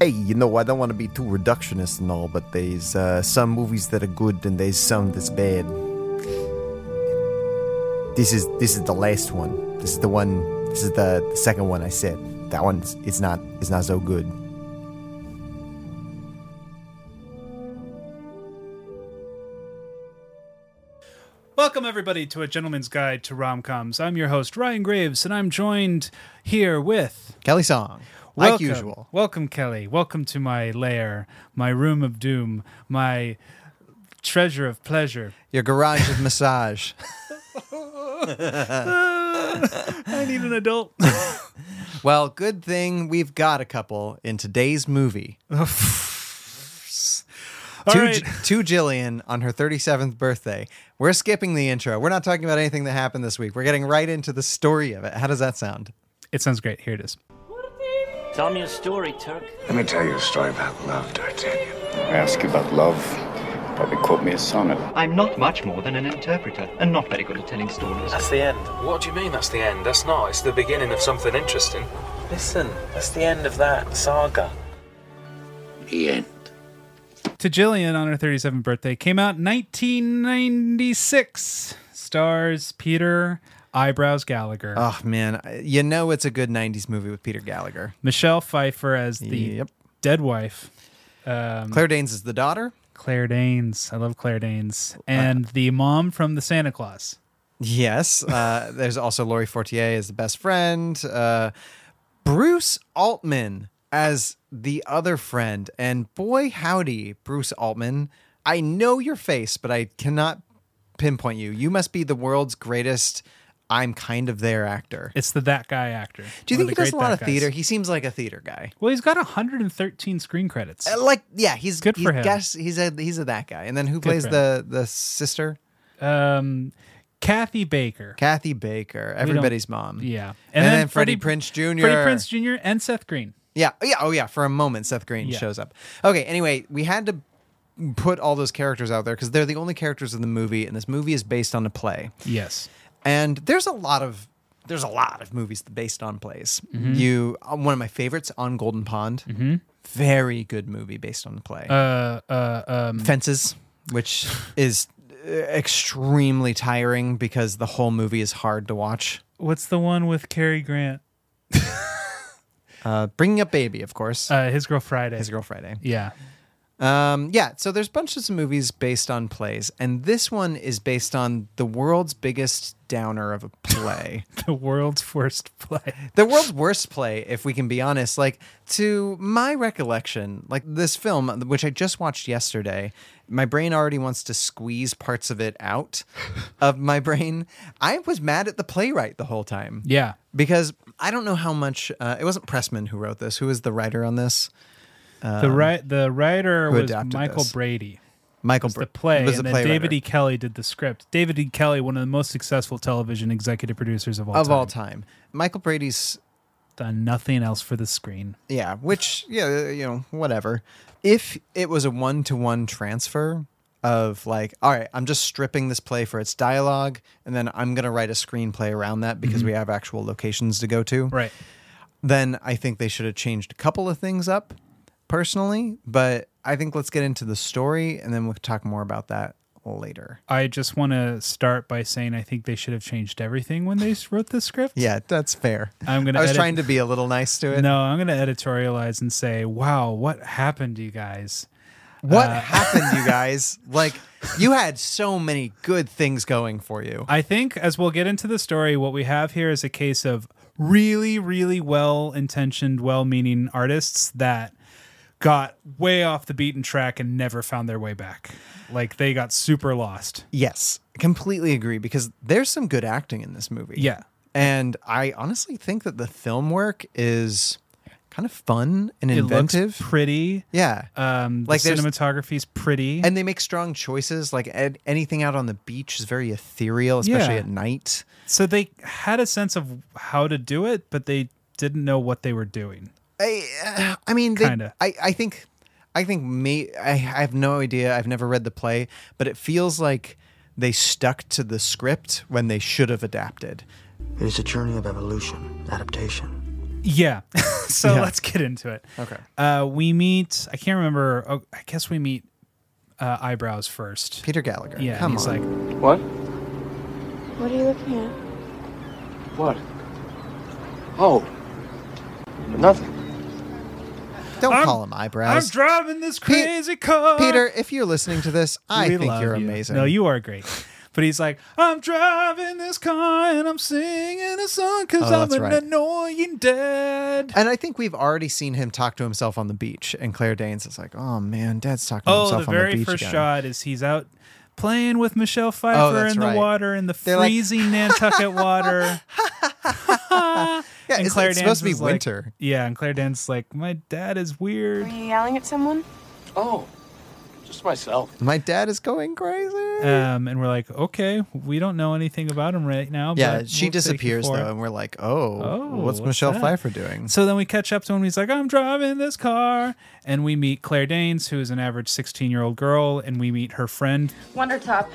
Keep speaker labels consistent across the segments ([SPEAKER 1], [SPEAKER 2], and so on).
[SPEAKER 1] Hey, you know, I don't want to be too reductionist and all, but there's uh, some movies that are good and there's some that's bad. This is this is the last one. This is the one. This is the, the second one I said. That one's it's not it's not so good.
[SPEAKER 2] Welcome, everybody, to A Gentleman's Guide to Rom-Coms. I'm your host, Ryan Graves, and I'm joined here with...
[SPEAKER 3] Kelly Song, like usual.
[SPEAKER 2] Welcome, Kelly. Welcome to my lair, my room of doom, my treasure of pleasure.
[SPEAKER 3] Your garage of massage.
[SPEAKER 2] I need an adult.
[SPEAKER 3] well, good thing we've got a couple in today's movie.
[SPEAKER 2] All
[SPEAKER 3] to,
[SPEAKER 2] right.
[SPEAKER 3] J- to Jillian on her 37th birthday. We're skipping the intro. We're not talking about anything that happened this week. We're getting right into the story of it. How does that sound?
[SPEAKER 2] It sounds great. Here it is.
[SPEAKER 4] Tell me a story, Turk.
[SPEAKER 5] Let me tell you a story about love, D'Artagnan. I ask you about love, you probably quote me a sonnet.
[SPEAKER 6] I'm not much more than an interpreter, and not very good at telling stories.
[SPEAKER 7] That's the end. What do you mean that's the end? That's not. It's the beginning of something interesting. Listen, that's the end of that saga.
[SPEAKER 5] The end.
[SPEAKER 2] To Jillian on her 37th birthday came out 1996. Stars Peter Eyebrows Gallagher.
[SPEAKER 3] Oh, man. I- You know it's a good 90s movie with Peter Gallagher.
[SPEAKER 2] Michelle Pfeiffer as the
[SPEAKER 3] Yep.
[SPEAKER 2] dead wife. Um,
[SPEAKER 3] Claire Danes is the daughter.
[SPEAKER 2] Claire Danes. I love Claire Danes. And the mom from The Santa Claus.
[SPEAKER 3] Yes. Uh, there's also Laurie Fortier as the best friend. Uh, Bruce Altman as the other friend. And boy, howdy, Bruce Altman. I know your face, but I cannot pinpoint you. You must be the world's greatest I'm kind of there actor.
[SPEAKER 2] It's the that guy actor.
[SPEAKER 3] Do you think
[SPEAKER 2] One
[SPEAKER 3] he
[SPEAKER 2] of the
[SPEAKER 3] does a
[SPEAKER 2] great
[SPEAKER 3] lot
[SPEAKER 2] that
[SPEAKER 3] of
[SPEAKER 2] guys.
[SPEAKER 3] theater? He seems like a theater guy.
[SPEAKER 2] Well, he's got 113 screen credits.
[SPEAKER 3] Uh, Like, yeah, he's
[SPEAKER 2] Good
[SPEAKER 3] he-
[SPEAKER 2] for him.
[SPEAKER 3] Guess he's a he's a that guy. And then who plays
[SPEAKER 2] for him.
[SPEAKER 3] the the sister?
[SPEAKER 2] Um, Kathy Baker.
[SPEAKER 3] Kathy Baker,
[SPEAKER 2] We don't-
[SPEAKER 3] everybody's mom.
[SPEAKER 2] Yeah.
[SPEAKER 3] And, then, Freddie, Prince Jr.
[SPEAKER 2] Freddie Prince Jr. and Seth Green.
[SPEAKER 3] Yeah. Yeah. Oh, yeah. For a moment, Seth Green
[SPEAKER 2] Yeah.
[SPEAKER 3] shows up. Okay. Anyway, we had to put all those characters out there because they're the only characters in the movie, and this movie is based on a play.
[SPEAKER 2] Yes.
[SPEAKER 3] And there's a lot of there's a lot of movies based on plays.
[SPEAKER 2] Mm-hmm.
[SPEAKER 3] You uh, one of my favorites on Golden Pond. Very good movie based on the play.
[SPEAKER 2] Uh, uh, um,
[SPEAKER 3] Fences, which is uh, extremely tiring because the whole movie is hard to watch.
[SPEAKER 2] what's the one with Cary Grant?
[SPEAKER 3] Uh, Bringing Up Baby, of course.
[SPEAKER 2] Uh, His Girl Friday.
[SPEAKER 3] His Girl Friday.
[SPEAKER 2] Yeah.
[SPEAKER 3] Um, yeah, so there's bunches of movies based on plays, and this one is based on the world's biggest downer of a play.
[SPEAKER 2] The world's worst play.
[SPEAKER 3] the world's worst play, if we can be honest. Like, to my recollection, like this film, which I just watched yesterday, my brain already wants to squeeze parts of it out of my brain. I was mad at the playwright the whole time
[SPEAKER 2] Yeah.
[SPEAKER 3] because I don't know how much uh, it wasn't Pressman who wrote this. Who was the writer on this?
[SPEAKER 2] the right the writer
[SPEAKER 3] Uh, who
[SPEAKER 2] was
[SPEAKER 3] adapted
[SPEAKER 2] Michael
[SPEAKER 3] this?
[SPEAKER 2] Brady.
[SPEAKER 3] Michael
[SPEAKER 2] The
[SPEAKER 3] Br-
[SPEAKER 2] play
[SPEAKER 3] was
[SPEAKER 2] and
[SPEAKER 3] the
[SPEAKER 2] then
[SPEAKER 3] play
[SPEAKER 2] David
[SPEAKER 3] writer.
[SPEAKER 2] E. Kelly did the script. David E. Kelly, one of the most successful television executive producers of all
[SPEAKER 3] of
[SPEAKER 2] time.
[SPEAKER 3] all time. Michael Brady's
[SPEAKER 2] Done nothing else for the screen.
[SPEAKER 3] Yeah, which yeah, you know, whatever. If it was a one to one transfer of like, all right, I'm just stripping this play for its dialogue, and then I'm gonna write a screenplay around that because we have actual locations to go to.
[SPEAKER 2] Mm-hmm. Right.
[SPEAKER 3] Then I think they should have changed a couple of things up, personally. But I think let's get into the story, and then we'll talk more about that later.
[SPEAKER 2] I just want to start by saying I think they should have changed everything when they wrote this script.
[SPEAKER 3] Yeah, that's fair.
[SPEAKER 2] I'm gonna
[SPEAKER 3] I was
[SPEAKER 2] edit-
[SPEAKER 3] trying to be a little nice to it.
[SPEAKER 2] No, I'm going to editorialize and say, wow, what happened, you guys?
[SPEAKER 3] What happened, you guys? Like, you had so many good things going for you.
[SPEAKER 2] I think as we'll get into the story, what we have here is a case of really, really well intentioned, well meaning artists that got way off the beaten track and never found their way back. Like they got super lost.
[SPEAKER 3] Yes, completely agree because there's some good acting in this movie.
[SPEAKER 2] Yeah.
[SPEAKER 3] And I honestly think that the film work is kind of fun and
[SPEAKER 2] It
[SPEAKER 3] inventive.
[SPEAKER 2] looks pretty.
[SPEAKER 3] yeah.
[SPEAKER 2] Um,
[SPEAKER 3] Like,
[SPEAKER 2] like the
[SPEAKER 3] there's-
[SPEAKER 2] cinematography's pretty.
[SPEAKER 3] and they make strong choices. Like ed- anything out on the beach is very ethereal, especially
[SPEAKER 2] Yeah.
[SPEAKER 3] at night.
[SPEAKER 2] so they had a sense of how to do it, but they didn't know what they were doing.
[SPEAKER 3] I, uh, I mean, they,
[SPEAKER 2] Kinda.
[SPEAKER 3] I, I think, I think me. I, I have no idea. I've never read the play, but it feels like they stuck to the script when they should have adapted.
[SPEAKER 8] It is a journey of evolution, adaptation.
[SPEAKER 2] Yeah. so
[SPEAKER 3] Yeah.
[SPEAKER 2] let's get into it.
[SPEAKER 3] Okay.
[SPEAKER 2] Uh, we meet. I can't remember. Oh, I guess we meet uh, eyebrows first.
[SPEAKER 3] Peter Gallagher.
[SPEAKER 2] Yeah. and
[SPEAKER 3] come
[SPEAKER 2] he's
[SPEAKER 3] on.
[SPEAKER 2] like,
[SPEAKER 5] What?
[SPEAKER 8] What are you looking at?
[SPEAKER 5] What? Oh. Nothing.
[SPEAKER 3] Don't
[SPEAKER 2] I'm-
[SPEAKER 3] call him
[SPEAKER 2] "I'm
[SPEAKER 3] eyebrows.
[SPEAKER 2] driving this
[SPEAKER 3] Pe-
[SPEAKER 2] crazy car."
[SPEAKER 3] Peter, if you're listening to this, I
[SPEAKER 2] We
[SPEAKER 3] think
[SPEAKER 2] love
[SPEAKER 3] you're
[SPEAKER 2] you.
[SPEAKER 3] amazing.
[SPEAKER 2] No, you are great. But he's like, I'm driving this car and I'm singing a song because
[SPEAKER 3] Oh,
[SPEAKER 2] I'm
[SPEAKER 3] that's
[SPEAKER 2] an
[SPEAKER 3] right.
[SPEAKER 2] annoying dad.
[SPEAKER 3] And I think we've already seen him talk to himself on the beach. And Claire Danes is like, oh man, dad's talking to
[SPEAKER 2] Oh,
[SPEAKER 3] himself
[SPEAKER 2] the
[SPEAKER 3] on the
[SPEAKER 2] very
[SPEAKER 3] beach.
[SPEAKER 2] first
[SPEAKER 3] again. Oh,
[SPEAKER 2] shot is he's out playing with Michelle Pfeiffer
[SPEAKER 3] that's
[SPEAKER 2] in the
[SPEAKER 3] right.
[SPEAKER 2] water in the
[SPEAKER 3] They're like-
[SPEAKER 2] freezing Nantucket water.
[SPEAKER 3] Yeah,
[SPEAKER 2] and
[SPEAKER 3] it's,
[SPEAKER 2] Claire
[SPEAKER 3] it's
[SPEAKER 2] Danes
[SPEAKER 3] supposed to be
[SPEAKER 2] is like-
[SPEAKER 3] winter.
[SPEAKER 2] yeah, and Claire Danes is like, my dad is weird.
[SPEAKER 8] Are you yelling at someone?
[SPEAKER 5] Oh. Just myself.
[SPEAKER 3] My dad is going crazy.
[SPEAKER 2] Um, and we're like, okay, we don't know anything about him right now.
[SPEAKER 3] yeah,
[SPEAKER 2] but
[SPEAKER 3] she
[SPEAKER 2] we'll take you
[SPEAKER 3] disappears
[SPEAKER 2] for
[SPEAKER 3] though,
[SPEAKER 2] it.
[SPEAKER 3] and we're like, oh,
[SPEAKER 2] Oh,
[SPEAKER 3] what's,
[SPEAKER 2] what's
[SPEAKER 3] Michelle
[SPEAKER 2] that?
[SPEAKER 3] Pfeiffer doing?
[SPEAKER 2] So then we catch up to him. He's like, I'm driving this car. And we meet Claire Danes, who is an average 16 year old girl. And we meet her friend,
[SPEAKER 9] Wonder top,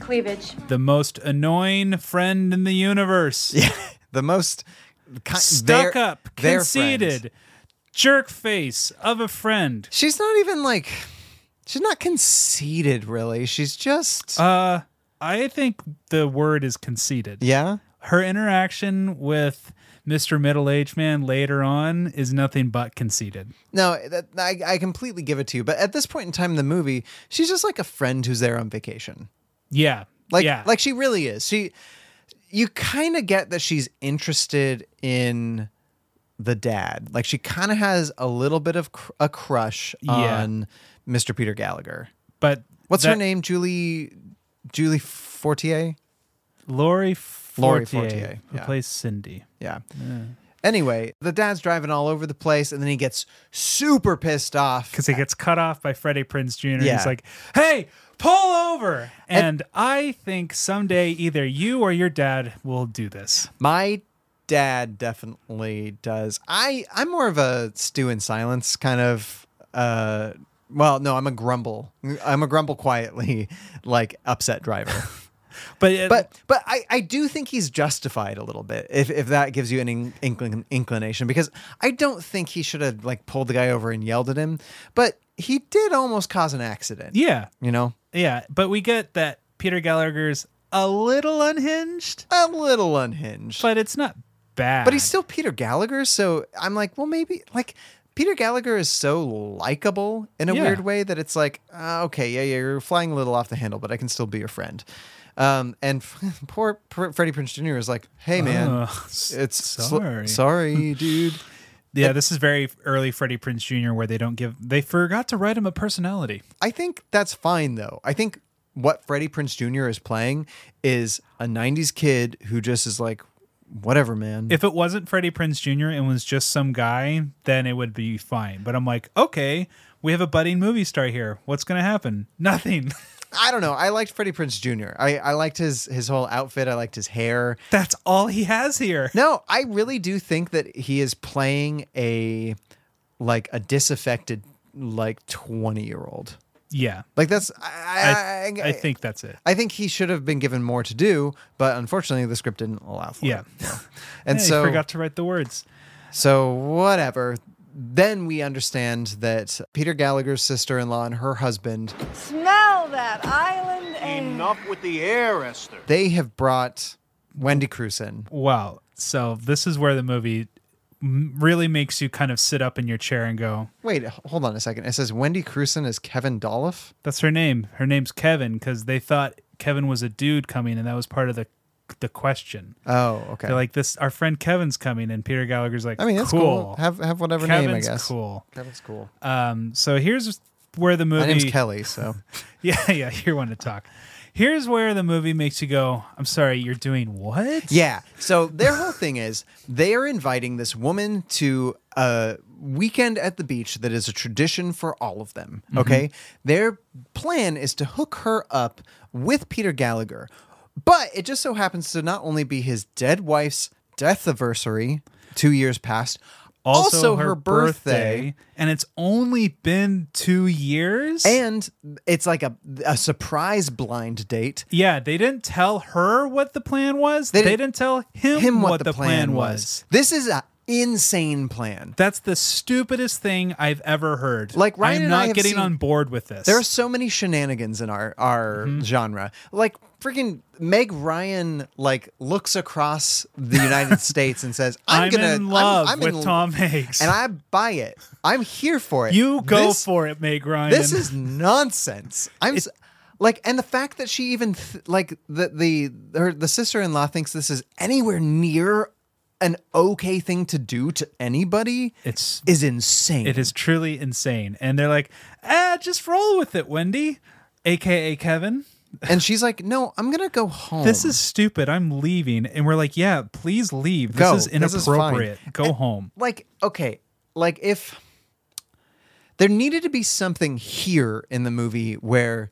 [SPEAKER 9] cleavage.
[SPEAKER 2] the most annoying friend in the universe.
[SPEAKER 3] the most ki-
[SPEAKER 2] Stuck
[SPEAKER 3] their-
[SPEAKER 2] up,
[SPEAKER 3] their friend.
[SPEAKER 2] conceited, jerk face of a friend.
[SPEAKER 3] She's not even like, she's not conceited really. She's just
[SPEAKER 2] Uh, I think the word is conceited.
[SPEAKER 3] yeah.
[SPEAKER 2] Her interaction with Mr. Middle Aged Man later on is nothing but conceited.
[SPEAKER 3] No, that, I, I completely give it to you. But at this point in time in the movie, she's just like a friend who's there on vacation.
[SPEAKER 2] Yeah.
[SPEAKER 3] Like
[SPEAKER 2] yeah.
[SPEAKER 3] like she really is. She you kind of get that she's interested in the dad. Like she kind of has a little bit of cr- a crush
[SPEAKER 2] Yeah.
[SPEAKER 3] on Mr. Peter Gallagher.
[SPEAKER 2] but
[SPEAKER 3] What's her
[SPEAKER 2] that-
[SPEAKER 3] name? Julie Julie Fortier?
[SPEAKER 2] Lori Fortier,
[SPEAKER 3] Lori Fortier,
[SPEAKER 2] who
[SPEAKER 3] yeah.
[SPEAKER 2] plays Cindy.
[SPEAKER 3] Yeah. Anyway, the dad's driving all over the place and then he gets super pissed off.
[SPEAKER 2] because he gets cut off by Freddie Prince Jr.
[SPEAKER 3] Yeah.
[SPEAKER 2] He's like, "Hey, pull over!" And, I think someday either you or your dad will do this.
[SPEAKER 3] My dad definitely does. I I'm more of a stew in silence kind of uh well, no, I'm a grumble. I'm a grumble quietly like upset driver.
[SPEAKER 2] But uh, it-
[SPEAKER 3] but but I, I do think he's justified a little bit if, if that gives you an in, inclin, inclination because I don't think he should have like pulled the guy over and yelled at him, but he did almost cause an accident.
[SPEAKER 2] yeah,
[SPEAKER 3] You know?
[SPEAKER 2] yeah. But we get that Peter Gallagher's a little unhinged,
[SPEAKER 3] A little unhinged.
[SPEAKER 2] but it's not bad.
[SPEAKER 3] But he's still Peter Gallagher, so I'm like, well, maybe like Peter Gallagher is so likable in a
[SPEAKER 2] Yeah.
[SPEAKER 3] weird way that it's like, ah, okay, yeah, yeah, you're flying a little off the handle, but I can still be your friend. Um, and poor Pr- Freddie Prince Jr. is like, hey man,
[SPEAKER 2] Ugh,
[SPEAKER 3] it's sl-
[SPEAKER 2] sorry.
[SPEAKER 3] sorry, dude.
[SPEAKER 2] yeah. This is very early Freddie Prince Jr. where they don't give they forgot to write him a personality.
[SPEAKER 3] I think that's fine though. I think what Freddie Prince Jr. is playing is a '90s kid who just is like, whatever, man.
[SPEAKER 2] If it wasn't Freddie Prince Jr. and was just some guy, then it would be fine. But I'm like, okay, we have a budding movie star here. What's gonna happen? Nothing.
[SPEAKER 3] I don't know. I liked Freddie Prince Jr. I, I liked his his whole outfit. I liked his hair.
[SPEAKER 2] That's all he has here.
[SPEAKER 3] No, I really do think that he is playing a like a disaffected like 20 year old.
[SPEAKER 2] Yeah.
[SPEAKER 3] Like that's I,
[SPEAKER 2] I,
[SPEAKER 3] I,
[SPEAKER 2] I think that's it.
[SPEAKER 3] I think he should have been given more to do, but unfortunately the script didn't allow for
[SPEAKER 2] Yeah.
[SPEAKER 3] it. And
[SPEAKER 2] Hey,
[SPEAKER 3] so
[SPEAKER 2] forgot to write the words.
[SPEAKER 3] so whatever. Then we understand that Peter Gallagher's sister-in-law and her husband,
[SPEAKER 8] Smell that island air.
[SPEAKER 5] with the air, Esther.
[SPEAKER 3] they have brought Wendy Cruz in.
[SPEAKER 2] Wow. So this is where the movie m- really makes you kind of sit up in your chair and go,
[SPEAKER 3] Wait, hold on a second. It says Wendy Crewson is Kevin Dolliff.
[SPEAKER 2] "That's her name. Her name's Kevin," because they thought Kevin was a dude coming, and that was part of the the question.
[SPEAKER 3] Oh, okay.
[SPEAKER 2] They're like, "This, our friend Kevin's coming," and Peter Gallagher's like,
[SPEAKER 3] I mean, that's cool. Have have whatever
[SPEAKER 2] Kevin's
[SPEAKER 3] name, I guess.
[SPEAKER 2] cool."
[SPEAKER 3] Kevin's cool.
[SPEAKER 2] Um, so here's where the movie.
[SPEAKER 3] My name's Kelly, so
[SPEAKER 2] Yeah, yeah. You're one to talk. Here's where the movie makes you go, "I'm sorry, you're doing what?"
[SPEAKER 3] yeah. So their whole thing is they are inviting this woman to a weekend at the beach that is a tradition for all of them. Okay, their plan is to hook her up with Peter Gallagher, but it just so happens to not only be his dead wife's death anniversary, two years past, also, her, birthday
[SPEAKER 2] and it's only been two years
[SPEAKER 3] and it's like a a surprise blind date.
[SPEAKER 2] yeah they didn't tell her what the plan was
[SPEAKER 3] They
[SPEAKER 2] they,
[SPEAKER 3] didn't-
[SPEAKER 2] didn't tell him,
[SPEAKER 3] him
[SPEAKER 2] what, the plan, was,
[SPEAKER 3] This is a insane plan.
[SPEAKER 2] That's the stupidest thing I've ever heard.
[SPEAKER 3] Like, Ryan
[SPEAKER 2] I'm
[SPEAKER 3] and I
[SPEAKER 2] not
[SPEAKER 3] have
[SPEAKER 2] getting
[SPEAKER 3] seen-
[SPEAKER 2] on board with this.
[SPEAKER 3] There are so many shenanigans in our our
[SPEAKER 2] Mm-hmm.
[SPEAKER 3] genre. Like freaking Meg Ryan like looks across the United States and says, "I'm,
[SPEAKER 2] I'm,
[SPEAKER 3] gonna
[SPEAKER 2] in love
[SPEAKER 3] I'm, I'm
[SPEAKER 2] with
[SPEAKER 3] in-
[SPEAKER 2] Tom Hanks.
[SPEAKER 3] and I buy it. I'm here for it.
[SPEAKER 2] you go
[SPEAKER 3] This-
[SPEAKER 2] for it, Meg Ryan.
[SPEAKER 3] This is nonsense. I'm s like, and the fact that she even th- like the the her the sister in law thinks this is anywhere near an okay thing to do to anybody
[SPEAKER 2] It's-
[SPEAKER 3] is insane.
[SPEAKER 2] it is truly insane. And they're like, ah, just roll with it, Wendy, aka Kevin.
[SPEAKER 3] and she's like, "No, I'm gonna go home."
[SPEAKER 2] This is stupid. I'm leaving. And we're like, yeah, please leave. This
[SPEAKER 3] Go.
[SPEAKER 2] is
[SPEAKER 3] This is
[SPEAKER 2] inappropriate. go home.
[SPEAKER 3] like okay like if there needed to be something here in the movie where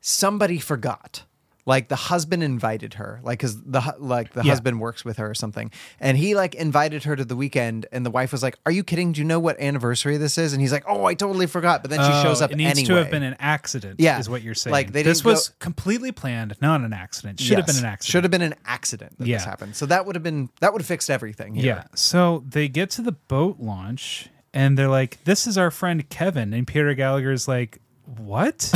[SPEAKER 3] somebody forgot like the husband invited her like cuz the hu- like the
[SPEAKER 2] Yeah.
[SPEAKER 3] husband works with her or something and he like invited her to the weekend and the wife was like are you kidding do you know what anniversary this is and he's like oh i totally forgot but then she shows
[SPEAKER 2] Oh,
[SPEAKER 3] up
[SPEAKER 2] It needs
[SPEAKER 3] anyway
[SPEAKER 2] to have been an accident.
[SPEAKER 3] Yeah.
[SPEAKER 2] is what you're saying.
[SPEAKER 3] Like, they
[SPEAKER 2] this
[SPEAKER 3] didn't go-
[SPEAKER 2] was completely planned, not an accident. Should have been an accident.
[SPEAKER 3] should have been an accident that
[SPEAKER 2] Yeah.
[SPEAKER 3] this happened so that would have been that would have fixed everything here.
[SPEAKER 2] Yeah. So they get to the boat launch and they're like, this is our friend Kevin. And Peter Gallagher's like, what?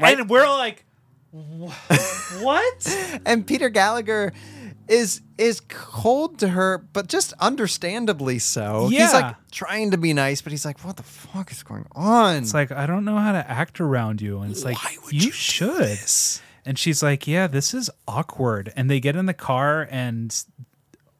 [SPEAKER 2] And we're like, "Wha- what?
[SPEAKER 3] and Peter Gallagher is is cold to her, but just understandably so. He's
[SPEAKER 2] Yeah.
[SPEAKER 3] like trying to be nice, but he's like, "What the fuck is going on?"
[SPEAKER 2] It's like, I don't know how to act around you. And it's like, you, should. And she's like, yeah, this is awkward. And they get in the car and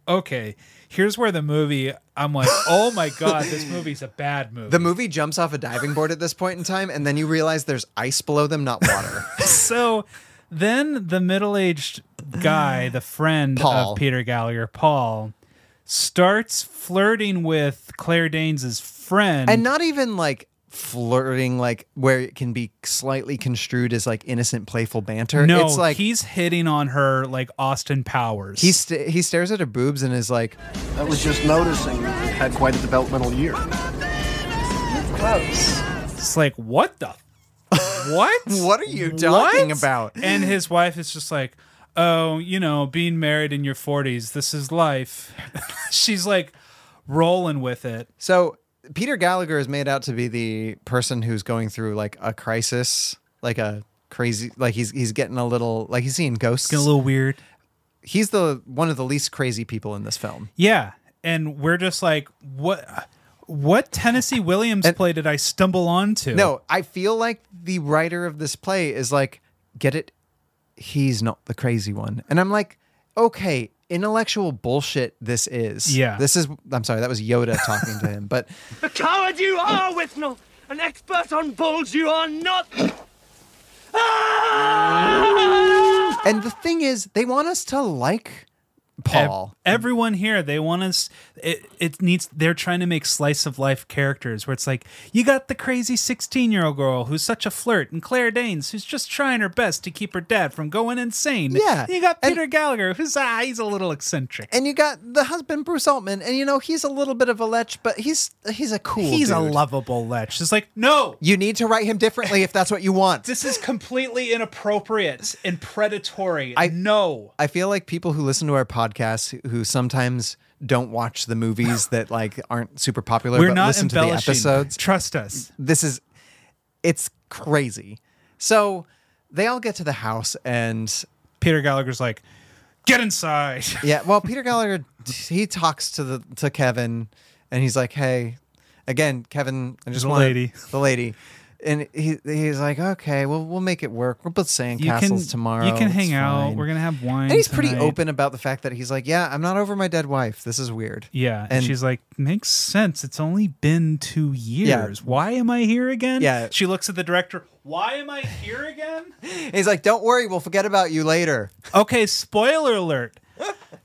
[SPEAKER 2] okay, here's where the movie, I'm like, oh my God, this movie's a bad movie.
[SPEAKER 3] the movie jumps off a diving board at this point in time, and then you realize there's ice below them, not water.
[SPEAKER 2] so then the middle-aged guy, the friend
[SPEAKER 3] Paul.
[SPEAKER 2] of Peter Gallagher, Paul, starts flirting with Claire Danes' friend.
[SPEAKER 3] and not even like flirting, like where it can be slightly construed as like innocent, playful banter.
[SPEAKER 2] no,
[SPEAKER 3] it's like
[SPEAKER 2] he's hitting on her like Austin Powers.
[SPEAKER 3] he sta he stares at her boobs and is like,
[SPEAKER 10] I was just noticing you had quite a developmental year.
[SPEAKER 2] It's like, what the? What?
[SPEAKER 3] What are you talking
[SPEAKER 2] What?
[SPEAKER 3] about?
[SPEAKER 2] And his wife is just like, oh, you know, being married in your 40s, this is life. She's like rolling with it.
[SPEAKER 3] So Peter Gallagher is made out to be the person who's going through like a crisis, like a crazy, like he's he's getting a little like he's seeing ghosts.
[SPEAKER 2] Getting a little weird.
[SPEAKER 3] He's the one of the least crazy people in this film.
[SPEAKER 2] Yeah, and we're just like, what? What Tennessee Williams play did I stumble onto?
[SPEAKER 3] No, I feel like the writer of this play is like, get it? He's not the crazy one, and I'm like, okay, intellectual bullshit. This is.
[SPEAKER 2] Yeah.
[SPEAKER 3] This is. I'm sorry, that was Yoda talking to him, but
[SPEAKER 10] The coward you are, Withnell! An expert on bulls you are not! Ah!
[SPEAKER 3] and the thing is, they want us to like Paul.
[SPEAKER 2] Ev- everyone here, they want us. It, it needs. They're trying to make slice of life characters where it's like you got the crazy sixteen-year-old girl who's such a flirt, and Claire Danes who's just trying her best to keep her dad from going insane.
[SPEAKER 3] Yeah,
[SPEAKER 2] you got
[SPEAKER 3] and-
[SPEAKER 2] Peter Gallagher who's ah, he's a little eccentric.
[SPEAKER 3] and you got the husband Bruce Altman, and you know he's a little bit of a lech, but he's he's a cool.
[SPEAKER 2] he's a
[SPEAKER 3] dude.
[SPEAKER 2] lovable lech. She's like, no,
[SPEAKER 3] You need to write him differently if that's what you want.
[SPEAKER 2] this is completely inappropriate and predatory.
[SPEAKER 3] I-
[SPEAKER 2] know.
[SPEAKER 3] I feel like people who listen to our podcast who sometimes don't watch the movies that like aren't super popular,
[SPEAKER 2] We're
[SPEAKER 3] but
[SPEAKER 2] not
[SPEAKER 3] listen to the
[SPEAKER 2] embellishing.
[SPEAKER 3] episodes.
[SPEAKER 2] Trust us.
[SPEAKER 3] This is it's crazy. So they all get to the house, and
[SPEAKER 2] Peter Gallagher's like, get inside.
[SPEAKER 3] Yeah, well, Peter Gallagher he talks to the to Kevin, and he's like, "Hey, again, Kevin, I just
[SPEAKER 2] The
[SPEAKER 3] want
[SPEAKER 2] lady.
[SPEAKER 3] the lady," and he he's like, "Okay, well, we'll make it work. We'll put sandcastles tomorrow.
[SPEAKER 2] You can hang
[SPEAKER 3] It's
[SPEAKER 2] out.
[SPEAKER 3] fine."
[SPEAKER 2] We're gonna have wine.
[SPEAKER 3] and he's pretty
[SPEAKER 2] tonight.
[SPEAKER 3] open about the fact that he's like, "Yeah, I'm not over my dead wife. This is weird."
[SPEAKER 2] Yeah, and,
[SPEAKER 3] and
[SPEAKER 2] she's like, makes sense. It's only been two years. Why am I here again?
[SPEAKER 3] Yeah.
[SPEAKER 2] She looks at the director. Why am I here again?
[SPEAKER 3] he's like, "Don't worry, we'll forget about you later."
[SPEAKER 2] okay, spoiler alert.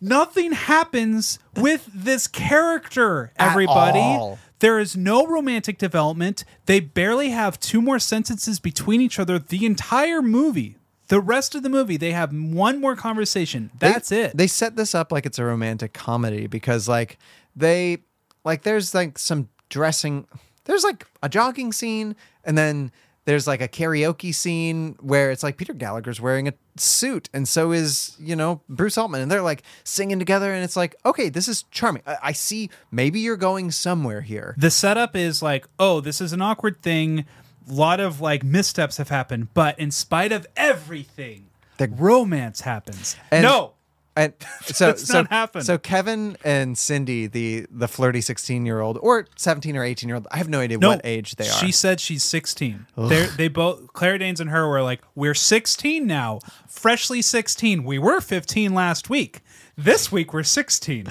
[SPEAKER 2] Nothing happens with this character,
[SPEAKER 3] At
[SPEAKER 2] everybody.
[SPEAKER 3] all.
[SPEAKER 2] There is no romantic development. They barely have two more sentences between each other the entire movie. The rest of the movie, they have one more conversation.
[SPEAKER 3] They-
[SPEAKER 2] That's it.
[SPEAKER 3] They set this up like it's a romantic comedy because like they like there's like some dressing there's like a jogging scene and then there's like a karaoke scene where it's like Peter Gallagher's wearing a suit, and so is you know Bruce Altman, and they're like singing together, and it's like, okay, this is charming. I, I see. Maybe you're going somewhere here.
[SPEAKER 2] The setup is like, oh, this is an awkward thing. A lot of like missteps have happened, but in spite of everything, the romance happens.
[SPEAKER 3] And-
[SPEAKER 2] no,
[SPEAKER 3] And so
[SPEAKER 2] That's
[SPEAKER 3] so,
[SPEAKER 2] not happen.
[SPEAKER 3] So Kevin and Cindy, the the flirty sixteen year old or seventeen or eighteen year old, I have no idea
[SPEAKER 2] no.
[SPEAKER 3] what age they are.
[SPEAKER 2] She said she's 16. They're, they both, Claire Danes and her were like, we're 16 now, freshly 16. We were 15 last week. This week we're 16.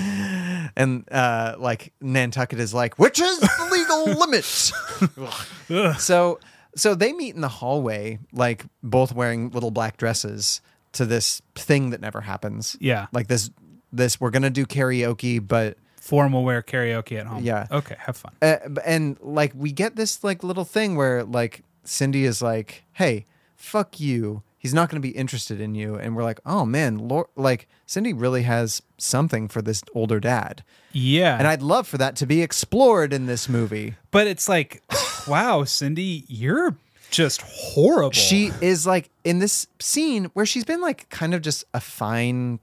[SPEAKER 3] and uh, like Nantucket is like, which is the legal limit. so so they meet in the hallway, like both wearing little black dresses to this thing that never happens.
[SPEAKER 2] Yeah.
[SPEAKER 3] like this this we're gonna do karaoke, but
[SPEAKER 2] Formal wear karaoke at home.
[SPEAKER 3] Yeah.
[SPEAKER 2] Okay, have fun.
[SPEAKER 3] uh, b- and like we get this like little thing where like Cindy is like, "Hey, fuck you." He's not going to be interested in you, and we're like, "Oh man, Lor-, like Cindy really has something for this older dad."
[SPEAKER 2] Yeah.
[SPEAKER 3] And I'd love for that to be explored in this movie.
[SPEAKER 2] but it's like, wow, Cindy, you're just horrible.
[SPEAKER 3] She is like in this scene where she's been like kind of just a fine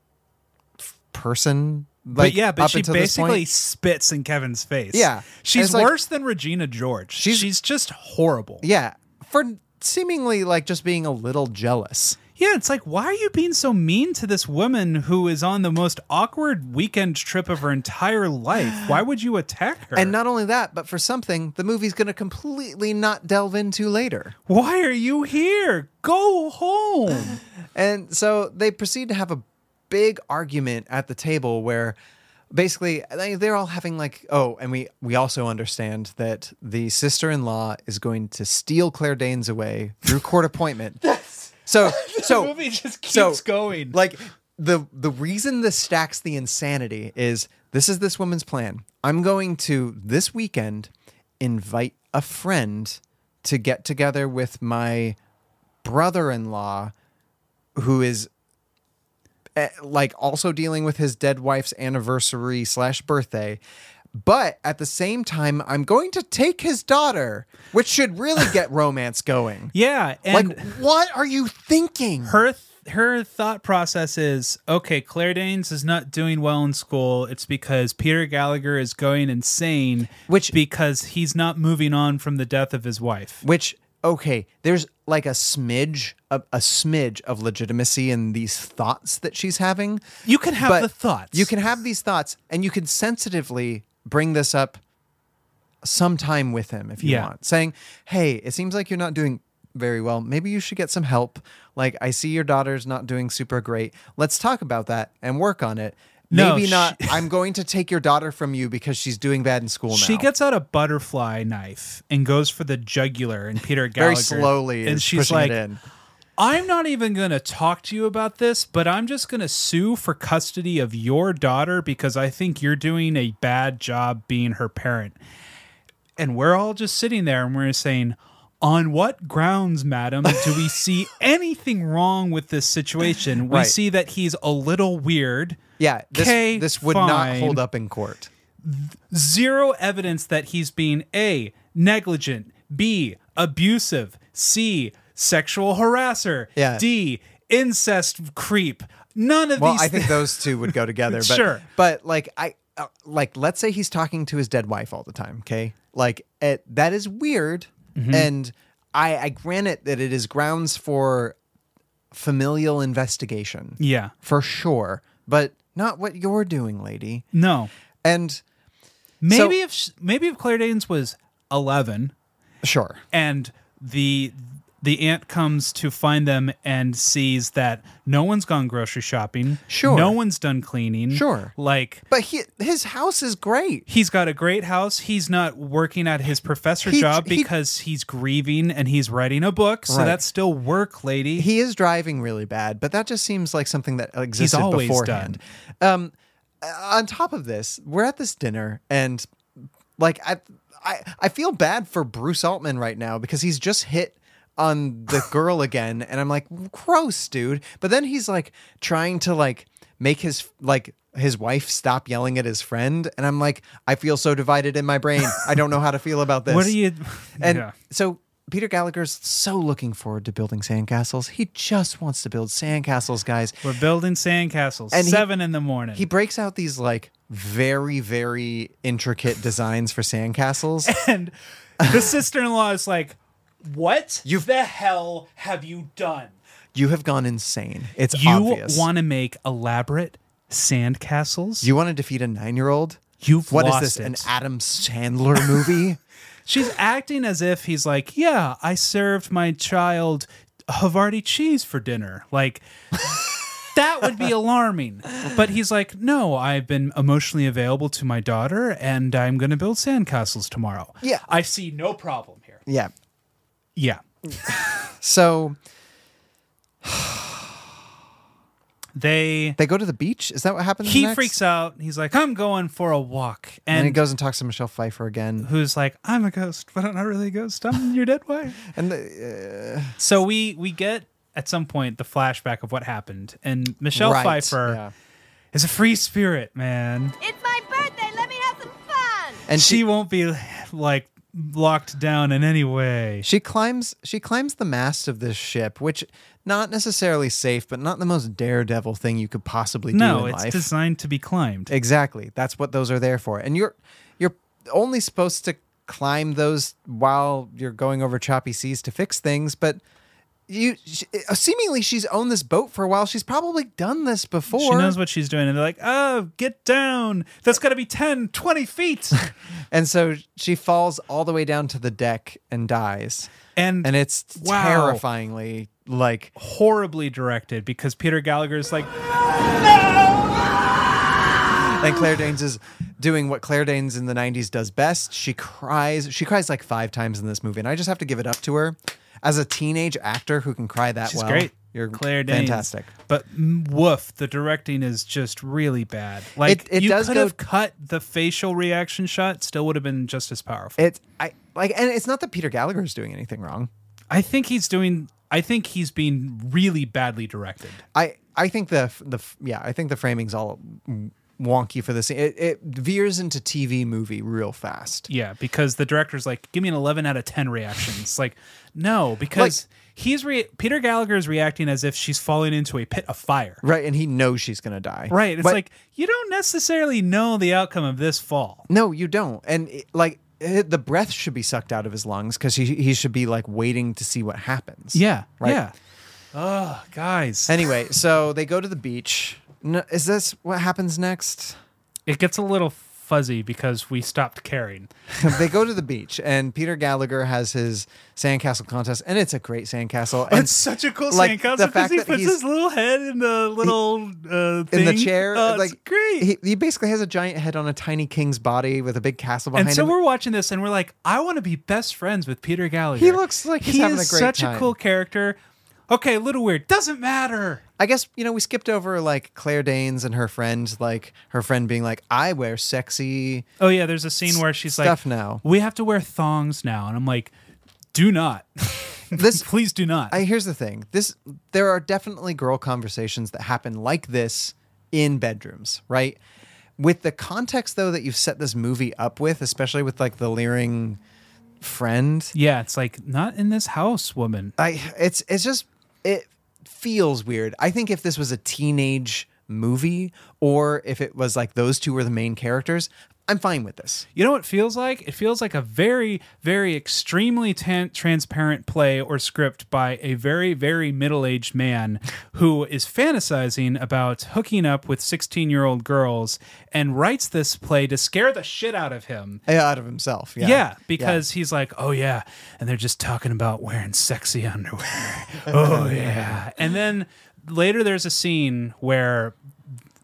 [SPEAKER 3] f- person, like
[SPEAKER 2] but yeah, but
[SPEAKER 3] up
[SPEAKER 2] she
[SPEAKER 3] until this point.
[SPEAKER 2] basically spits in Kevin's face.
[SPEAKER 3] Yeah.
[SPEAKER 2] She's
[SPEAKER 3] It's like-
[SPEAKER 2] worse than Regina George.
[SPEAKER 3] She's-
[SPEAKER 2] She's, she's just horrible.
[SPEAKER 3] yeah, for seemingly like just being a little jealous.
[SPEAKER 2] Yeah, it's like, why are you being so mean to this woman who is on the most awkward weekend trip of her entire life? Why would you attack her?
[SPEAKER 3] And not only that, but for something the movie's going to completely not delve into later.
[SPEAKER 2] why are you here? Go home.
[SPEAKER 3] And so they proceed to have a big argument at the table where basically they, they're all having like oh and we we also understand that the sister-in-law is going to steal Claire Danes away through court appointment. so so
[SPEAKER 2] the movie just keeps
[SPEAKER 3] so,
[SPEAKER 2] going.
[SPEAKER 3] Like the the reason this stacks the insanity is this is this woman's plan. I'm going to this weekend invite a friend to get together with my brother-in-law who is eh, like also dealing with his dead wife's anniversary slash birthday but at the same time i'm going to take his daughter which should really get romance going
[SPEAKER 2] yeah, and
[SPEAKER 3] like what are you thinking
[SPEAKER 2] her th- her thought process is okay. Claire Danes is not doing well in school. It's because Peter Gallagher is going insane,
[SPEAKER 3] Which-
[SPEAKER 2] because he's not moving on from the death of his wife.
[SPEAKER 3] Which okay, there's like a smidge, a, a smidge of legitimacy in these thoughts that she's having.
[SPEAKER 2] You can have
[SPEAKER 3] but
[SPEAKER 2] the thoughts.
[SPEAKER 3] You can have these thoughts, and you can sensitively bring this up sometime with him if you
[SPEAKER 2] Yeah.
[SPEAKER 3] want, saying, "Hey, it seems like you're not doing." Very well. Maybe you should get some help. Like, I see your daughter's not doing super great. Let's talk about that and work on it.
[SPEAKER 2] No,
[SPEAKER 3] Maybe
[SPEAKER 2] she-
[SPEAKER 3] not. I'm going to take your daughter from you because she's doing bad in school now.
[SPEAKER 2] She gets out a butterfly knife and goes for the jugular and Peter Gallagher
[SPEAKER 3] very slowly
[SPEAKER 2] and
[SPEAKER 3] is
[SPEAKER 2] she's
[SPEAKER 3] pushing
[SPEAKER 2] like,
[SPEAKER 3] it in.
[SPEAKER 2] "I'm not even going to talk to you about this, but I'm just going to sue for custody of your daughter because I think you're doing a bad job being her parent." And we're all just sitting there and we're saying, "On what grounds, madam, do we see anything wrong with this situation? We
[SPEAKER 3] Right.
[SPEAKER 2] see that he's a little weird."
[SPEAKER 3] Yeah, this,
[SPEAKER 2] Okay,
[SPEAKER 3] this would not
[SPEAKER 2] fine.
[SPEAKER 3] hold up in court.
[SPEAKER 2] zero evidence that he's being A, negligent, B, abusive, C, sexual harasser,
[SPEAKER 3] Yeah.
[SPEAKER 2] D, incest creep. None of
[SPEAKER 3] Well,
[SPEAKER 2] these
[SPEAKER 3] I think
[SPEAKER 2] thi-
[SPEAKER 3] those two would go together. But,
[SPEAKER 2] Sure.
[SPEAKER 3] but like I, uh, like let's say he's talking to his dead wife all the time. Okay, like it, that is weird,
[SPEAKER 2] Mm-hmm.
[SPEAKER 3] and I, I grant it that it is grounds for familial investigation.
[SPEAKER 2] Yeah.
[SPEAKER 3] for sure, but not what you're doing, lady.
[SPEAKER 2] No.
[SPEAKER 3] And
[SPEAKER 2] Maybe if sh- maybe if Claire Danes was 11
[SPEAKER 3] sure,
[SPEAKER 2] and the the aunt comes to find them and sees that no one's gone grocery shopping.
[SPEAKER 3] Sure.
[SPEAKER 2] No one's done cleaning.
[SPEAKER 3] Sure.
[SPEAKER 2] Like
[SPEAKER 3] but he, his house is great.
[SPEAKER 2] he's got a great house. He's not working at his professor
[SPEAKER 3] He-
[SPEAKER 2] job
[SPEAKER 3] he-
[SPEAKER 2] because he's grieving and he's writing a book. So
[SPEAKER 3] Right.
[SPEAKER 2] that's still work, lady.
[SPEAKER 3] He is driving really bad, but that just seems like something that existed
[SPEAKER 2] always
[SPEAKER 3] beforehand. Um, uh, on top of this, we're at this dinner, and like I, I, I feel bad for Bruce Altman right now because he's just hit on the girl again, and I'm like, gross, dude. But then he's like trying to like make his like his wife stop yelling at his friend, and I'm like, I feel so divided in my brain. I don't know how to feel about this.
[SPEAKER 2] what are you?
[SPEAKER 3] And
[SPEAKER 2] yeah.
[SPEAKER 3] so Peter Gallagher's so looking forward to building sandcastles. He just wants to build sandcastles, guys.
[SPEAKER 2] We're building sandcastles.
[SPEAKER 3] And he-
[SPEAKER 2] seven in the morning.
[SPEAKER 3] He breaks out these like very, very intricate designs for sandcastles.
[SPEAKER 2] and the sister in law is like, "What
[SPEAKER 3] You've-
[SPEAKER 2] the hell have you done?
[SPEAKER 3] You have gone insane. It's
[SPEAKER 2] You
[SPEAKER 3] obvious.
[SPEAKER 2] want to make elaborate sandcastles?
[SPEAKER 3] you want to defeat a nine year old?
[SPEAKER 2] You've
[SPEAKER 3] What is
[SPEAKER 2] lost
[SPEAKER 3] this? An
[SPEAKER 2] it.
[SPEAKER 3] Adam Sandler movie?
[SPEAKER 2] She's acting as if he's like, "Yeah, I served my child Havarti cheese for dinner." Like that would be alarming. But he's like, "No, I've been emotionally available to my daughter and I'm going to build sandcastles tomorrow."
[SPEAKER 3] Yeah.
[SPEAKER 2] I see no problem here.
[SPEAKER 3] yeah.
[SPEAKER 2] Yeah.
[SPEAKER 3] So
[SPEAKER 2] They
[SPEAKER 3] they go to the beach. Is that what happens?
[SPEAKER 2] he
[SPEAKER 3] next?
[SPEAKER 2] freaks out. He's like, "I'm going for a walk."
[SPEAKER 3] and,
[SPEAKER 2] And
[SPEAKER 3] he goes and talks to Michelle Pfeiffer again.
[SPEAKER 2] who's like, "I'm a ghost, but I'm not really a ghost. I'm in your dead wife."
[SPEAKER 3] And the,
[SPEAKER 2] So we we get at some point the flashback of what happened, and Michelle
[SPEAKER 3] Right,
[SPEAKER 2] Pfeiffer
[SPEAKER 3] yeah.
[SPEAKER 2] is a free spirit, man.
[SPEAKER 11] It's my birthday. Let me have some fun.
[SPEAKER 3] and
[SPEAKER 2] she,
[SPEAKER 3] she
[SPEAKER 2] won't be like locked down in any way.
[SPEAKER 3] she climbs she climbs the mast of this ship, which not necessarily safe, but not the most daredevil thing you could possibly do
[SPEAKER 2] No,
[SPEAKER 3] in
[SPEAKER 2] it's
[SPEAKER 3] life.
[SPEAKER 2] designed to be climbed.
[SPEAKER 3] Exactly. That's what those are there for. And you're you're only supposed to climb those while you're going over choppy seas to fix things, but you she, seemingly she's owned this boat for a while. She's probably done this before.
[SPEAKER 2] she knows what she's doing, and they're like, "Oh, get down! That's got to be 10, 20 feet."
[SPEAKER 3] and so she falls all the way down to the deck and dies.
[SPEAKER 2] And
[SPEAKER 3] And it's
[SPEAKER 2] Wow.
[SPEAKER 3] terrifyingly like
[SPEAKER 2] horribly directed because Peter Gallagher's like,
[SPEAKER 3] and Claire Danes is doing what Claire Danes in the 90s does best. She cries. She cries like 5 times in this movie and I just have to give it up to her as a teenage actor who can cry that
[SPEAKER 2] She's
[SPEAKER 3] well.
[SPEAKER 2] great.
[SPEAKER 3] You're
[SPEAKER 2] Claire Danes.
[SPEAKER 3] fantastic.
[SPEAKER 2] But mm, woof, the directing is just really bad. Like
[SPEAKER 3] It- it
[SPEAKER 2] you
[SPEAKER 3] does
[SPEAKER 2] could
[SPEAKER 3] go-
[SPEAKER 2] have cut the facial reaction shot, still would have been just as powerful.
[SPEAKER 3] It's I like and it's not that Peter Gallagher is doing anything wrong.
[SPEAKER 2] I think he's doing I think he's being really badly directed.
[SPEAKER 3] I I think the f- the f- yeah, I think the framing's all wonky for this. It it veers into TV movie real fast.
[SPEAKER 2] Yeah, because the director's like, give me an 11 out of 10 reaction. It's like, no, because he's re- Peter Gallagher is reacting as if she's falling into a pit of fire.
[SPEAKER 3] Right, and he knows she's going to die.
[SPEAKER 2] Right. It's
[SPEAKER 3] But-
[SPEAKER 2] like, you don't necessarily know the outcome of this fall.
[SPEAKER 3] No, you don't. And it- like it, the breath should be sucked out of his lungs because he he should be like waiting to see what happens.
[SPEAKER 2] Yeah.
[SPEAKER 3] Right.
[SPEAKER 2] Yeah. Oh, guys.
[SPEAKER 3] Anyway, so they go to the beach. No, is this what happens next?
[SPEAKER 2] it gets a little fuzzy because we stopped caring.
[SPEAKER 3] they go to the beach, and Peter Gallagher has his sandcastle contest, and it's a great sandcastle. And
[SPEAKER 2] It's such a cool
[SPEAKER 3] like,
[SPEAKER 2] like, sandcastle
[SPEAKER 3] the
[SPEAKER 2] because
[SPEAKER 3] fact
[SPEAKER 2] he
[SPEAKER 3] that
[SPEAKER 2] puts
[SPEAKER 3] he's-
[SPEAKER 2] his little head in the little uh,
[SPEAKER 3] in
[SPEAKER 2] thing.
[SPEAKER 3] the chair,
[SPEAKER 2] Oh, it's
[SPEAKER 3] like
[SPEAKER 2] great.
[SPEAKER 3] He, he basically has a giant head on a tiny king's body with a big castle behind
[SPEAKER 2] and so
[SPEAKER 3] him.
[SPEAKER 2] we're watching this and we're like, I want to be best friends with Peter Gallagher.
[SPEAKER 3] He looks like he's
[SPEAKER 2] he
[SPEAKER 3] having a
[SPEAKER 2] is
[SPEAKER 3] great
[SPEAKER 2] such
[SPEAKER 3] time.
[SPEAKER 2] a cool character. Okay, a little weird. Doesn't matter.
[SPEAKER 3] I guess you know we skipped over like Claire Danes and her friend, like her friend being like, "I wear sexy."
[SPEAKER 2] Oh yeah, there's a scene where she's
[SPEAKER 3] Stuff
[SPEAKER 2] like,
[SPEAKER 3] now.
[SPEAKER 2] we have to wear thongs now," and I'm like, "Do not,
[SPEAKER 3] This
[SPEAKER 2] please do not."
[SPEAKER 3] I here's the thing. This there are definitely girl conversations that happen like this in bedrooms, right? With the context though that you've set this movie up with, especially with like the leering friend,
[SPEAKER 2] yeah, it's like not in this house, woman.
[SPEAKER 3] I it's it's just it feels weird. I think if this was a teenage movie or if it was like those two were the main characters, I'm fine with this.
[SPEAKER 2] You know what it feels like? It feels like a very, very extremely tan- transparent play or script by a very, very middle aged man who is fantasizing about hooking up with 16 year old girls and writes this play to scare the shit out of him.
[SPEAKER 3] Out of himself. Yeah.
[SPEAKER 2] Yeah, because he's like, oh yeah, and they're just talking about wearing sexy underwear. oh yeah, and then later there's a scene where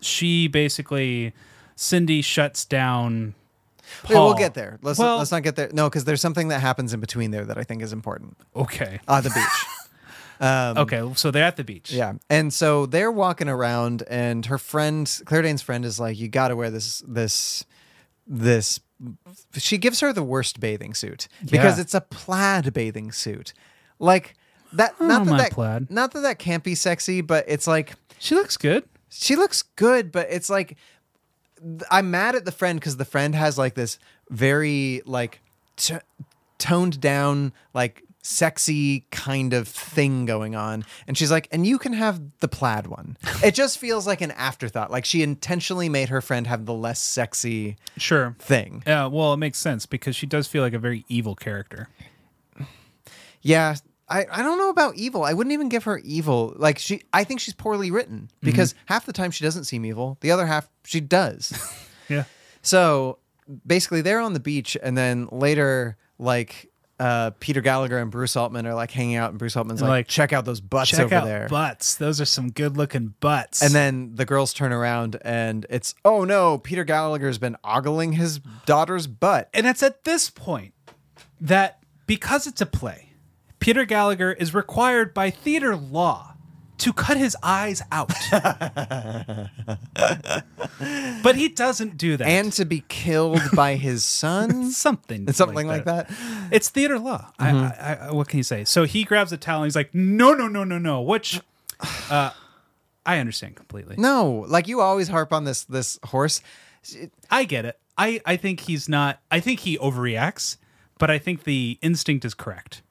[SPEAKER 2] she basically Cindy shuts down.
[SPEAKER 3] Wait, we'll
[SPEAKER 2] Paul.
[SPEAKER 3] get there. Let's
[SPEAKER 2] Well-
[SPEAKER 3] let's not get there. No, because there's something that happens in between there that I think is important.
[SPEAKER 2] Okay,
[SPEAKER 3] Uh, the beach.
[SPEAKER 2] okay, so they're at the beach.
[SPEAKER 3] Um, Yeah. And so they're walking around and her friend Claire Dane's friend is like, You gotta wear this this this she gives her the worst bathing suit because
[SPEAKER 2] Yeah.
[SPEAKER 3] it's a plaid bathing suit. Like that not
[SPEAKER 2] don't
[SPEAKER 3] that,
[SPEAKER 2] mind
[SPEAKER 3] that
[SPEAKER 2] plaid.
[SPEAKER 3] not that that can't be sexy, but it's like
[SPEAKER 2] she looks good.
[SPEAKER 3] she looks good, but it's like th- I'm mad at the friend because the friend has like this very like t- toned down like sexy kind of thing going on. And she's like, and you can have the plaid one. It just feels like an afterthought. Like she intentionally made her friend have the less sexy
[SPEAKER 2] Sure.
[SPEAKER 3] thing.
[SPEAKER 2] Yeah, well, it makes sense because she does feel like a very evil character.
[SPEAKER 3] Yeah. I, I don't know about evil. I wouldn't even give her evil. Like she I think she's poorly written because half the time she doesn't seem evil. The other half she does.
[SPEAKER 2] Yeah.
[SPEAKER 3] So basically, they're on the beach, and then later, like uh, Peter Gallagher and Bruce Altman are like hanging out, and Bruce Altman's
[SPEAKER 2] And,
[SPEAKER 3] like,
[SPEAKER 2] like,
[SPEAKER 3] "Check out those butts
[SPEAKER 2] Check
[SPEAKER 3] over
[SPEAKER 2] out
[SPEAKER 3] there."
[SPEAKER 2] butts. Those are some good looking butts.
[SPEAKER 3] and then the girls turn around, and it's oh no, Peter Gallagher's been ogling his daughter's butt.
[SPEAKER 2] And it's at this point that because it's a play, Peter Gallagher is required by theater law to cut his eyes out. but he doesn't do that.
[SPEAKER 3] And to be killed by his son,
[SPEAKER 2] something
[SPEAKER 3] something like that. Mm-hmm.
[SPEAKER 2] It's theater law. I- I, I, what can you say? So he grabs a towel and he's like, no, no, no, no, no, which uh, I understand completely.
[SPEAKER 3] No, like you always harp on this this horse.
[SPEAKER 2] I get it. I, I think he's not, I think he overreacts, but I think the instinct is correct.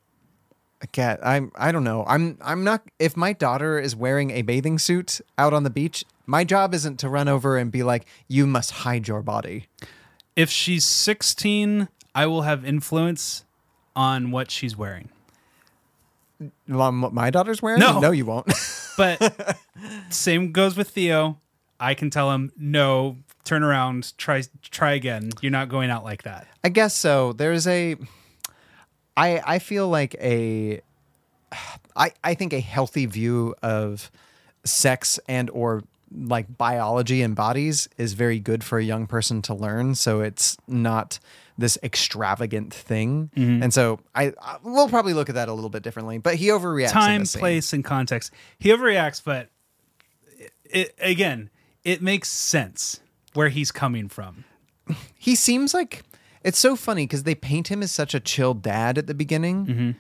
[SPEAKER 3] Cat, I'm I don't know. I'm I'm not if my daughter is wearing a bathing suit out on the beach, my job isn't to run over and be like, you must hide your body.
[SPEAKER 2] If she's 16, I will have influence on what she's wearing.
[SPEAKER 3] Mom, what my daughter's wearing?
[SPEAKER 2] No.
[SPEAKER 3] No, you won't.
[SPEAKER 2] But same goes with Theo. I can tell him, no, turn around, try try again. You're not going out like that.
[SPEAKER 3] I guess so. There's a I I feel like a I I think a healthy view of sex and or like biology and bodies is very good for a young person to learn so it's not this extravagant thing
[SPEAKER 2] Mm-hmm.
[SPEAKER 3] and so I, I we'll probably look at that a little bit differently but he overreacts in
[SPEAKER 2] Time,
[SPEAKER 3] this scene.
[SPEAKER 2] place, and context. He overreacts, but it, again, it makes sense where he's coming from.
[SPEAKER 3] he seems like it's so funny because they paint him as such a chill dad at the beginning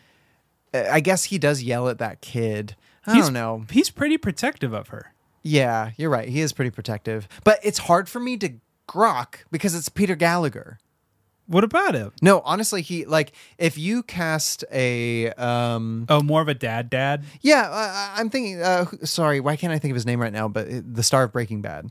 [SPEAKER 3] Uh, i guess he does yell at that kid i
[SPEAKER 2] Mm-hmm. He's-
[SPEAKER 3] don't know
[SPEAKER 2] He's pretty protective of her.
[SPEAKER 3] Yeah, you're right. He is pretty protective. But it's hard for me to grok because it's Peter Gallagher.
[SPEAKER 2] What about him?
[SPEAKER 3] No, honestly, he like if you cast a um
[SPEAKER 2] Oh, more of a dad dad.
[SPEAKER 3] yeah, uh, I'm thinking uh who- sorry, why can't I think of his name right now, but uh, the star of Breaking Bad.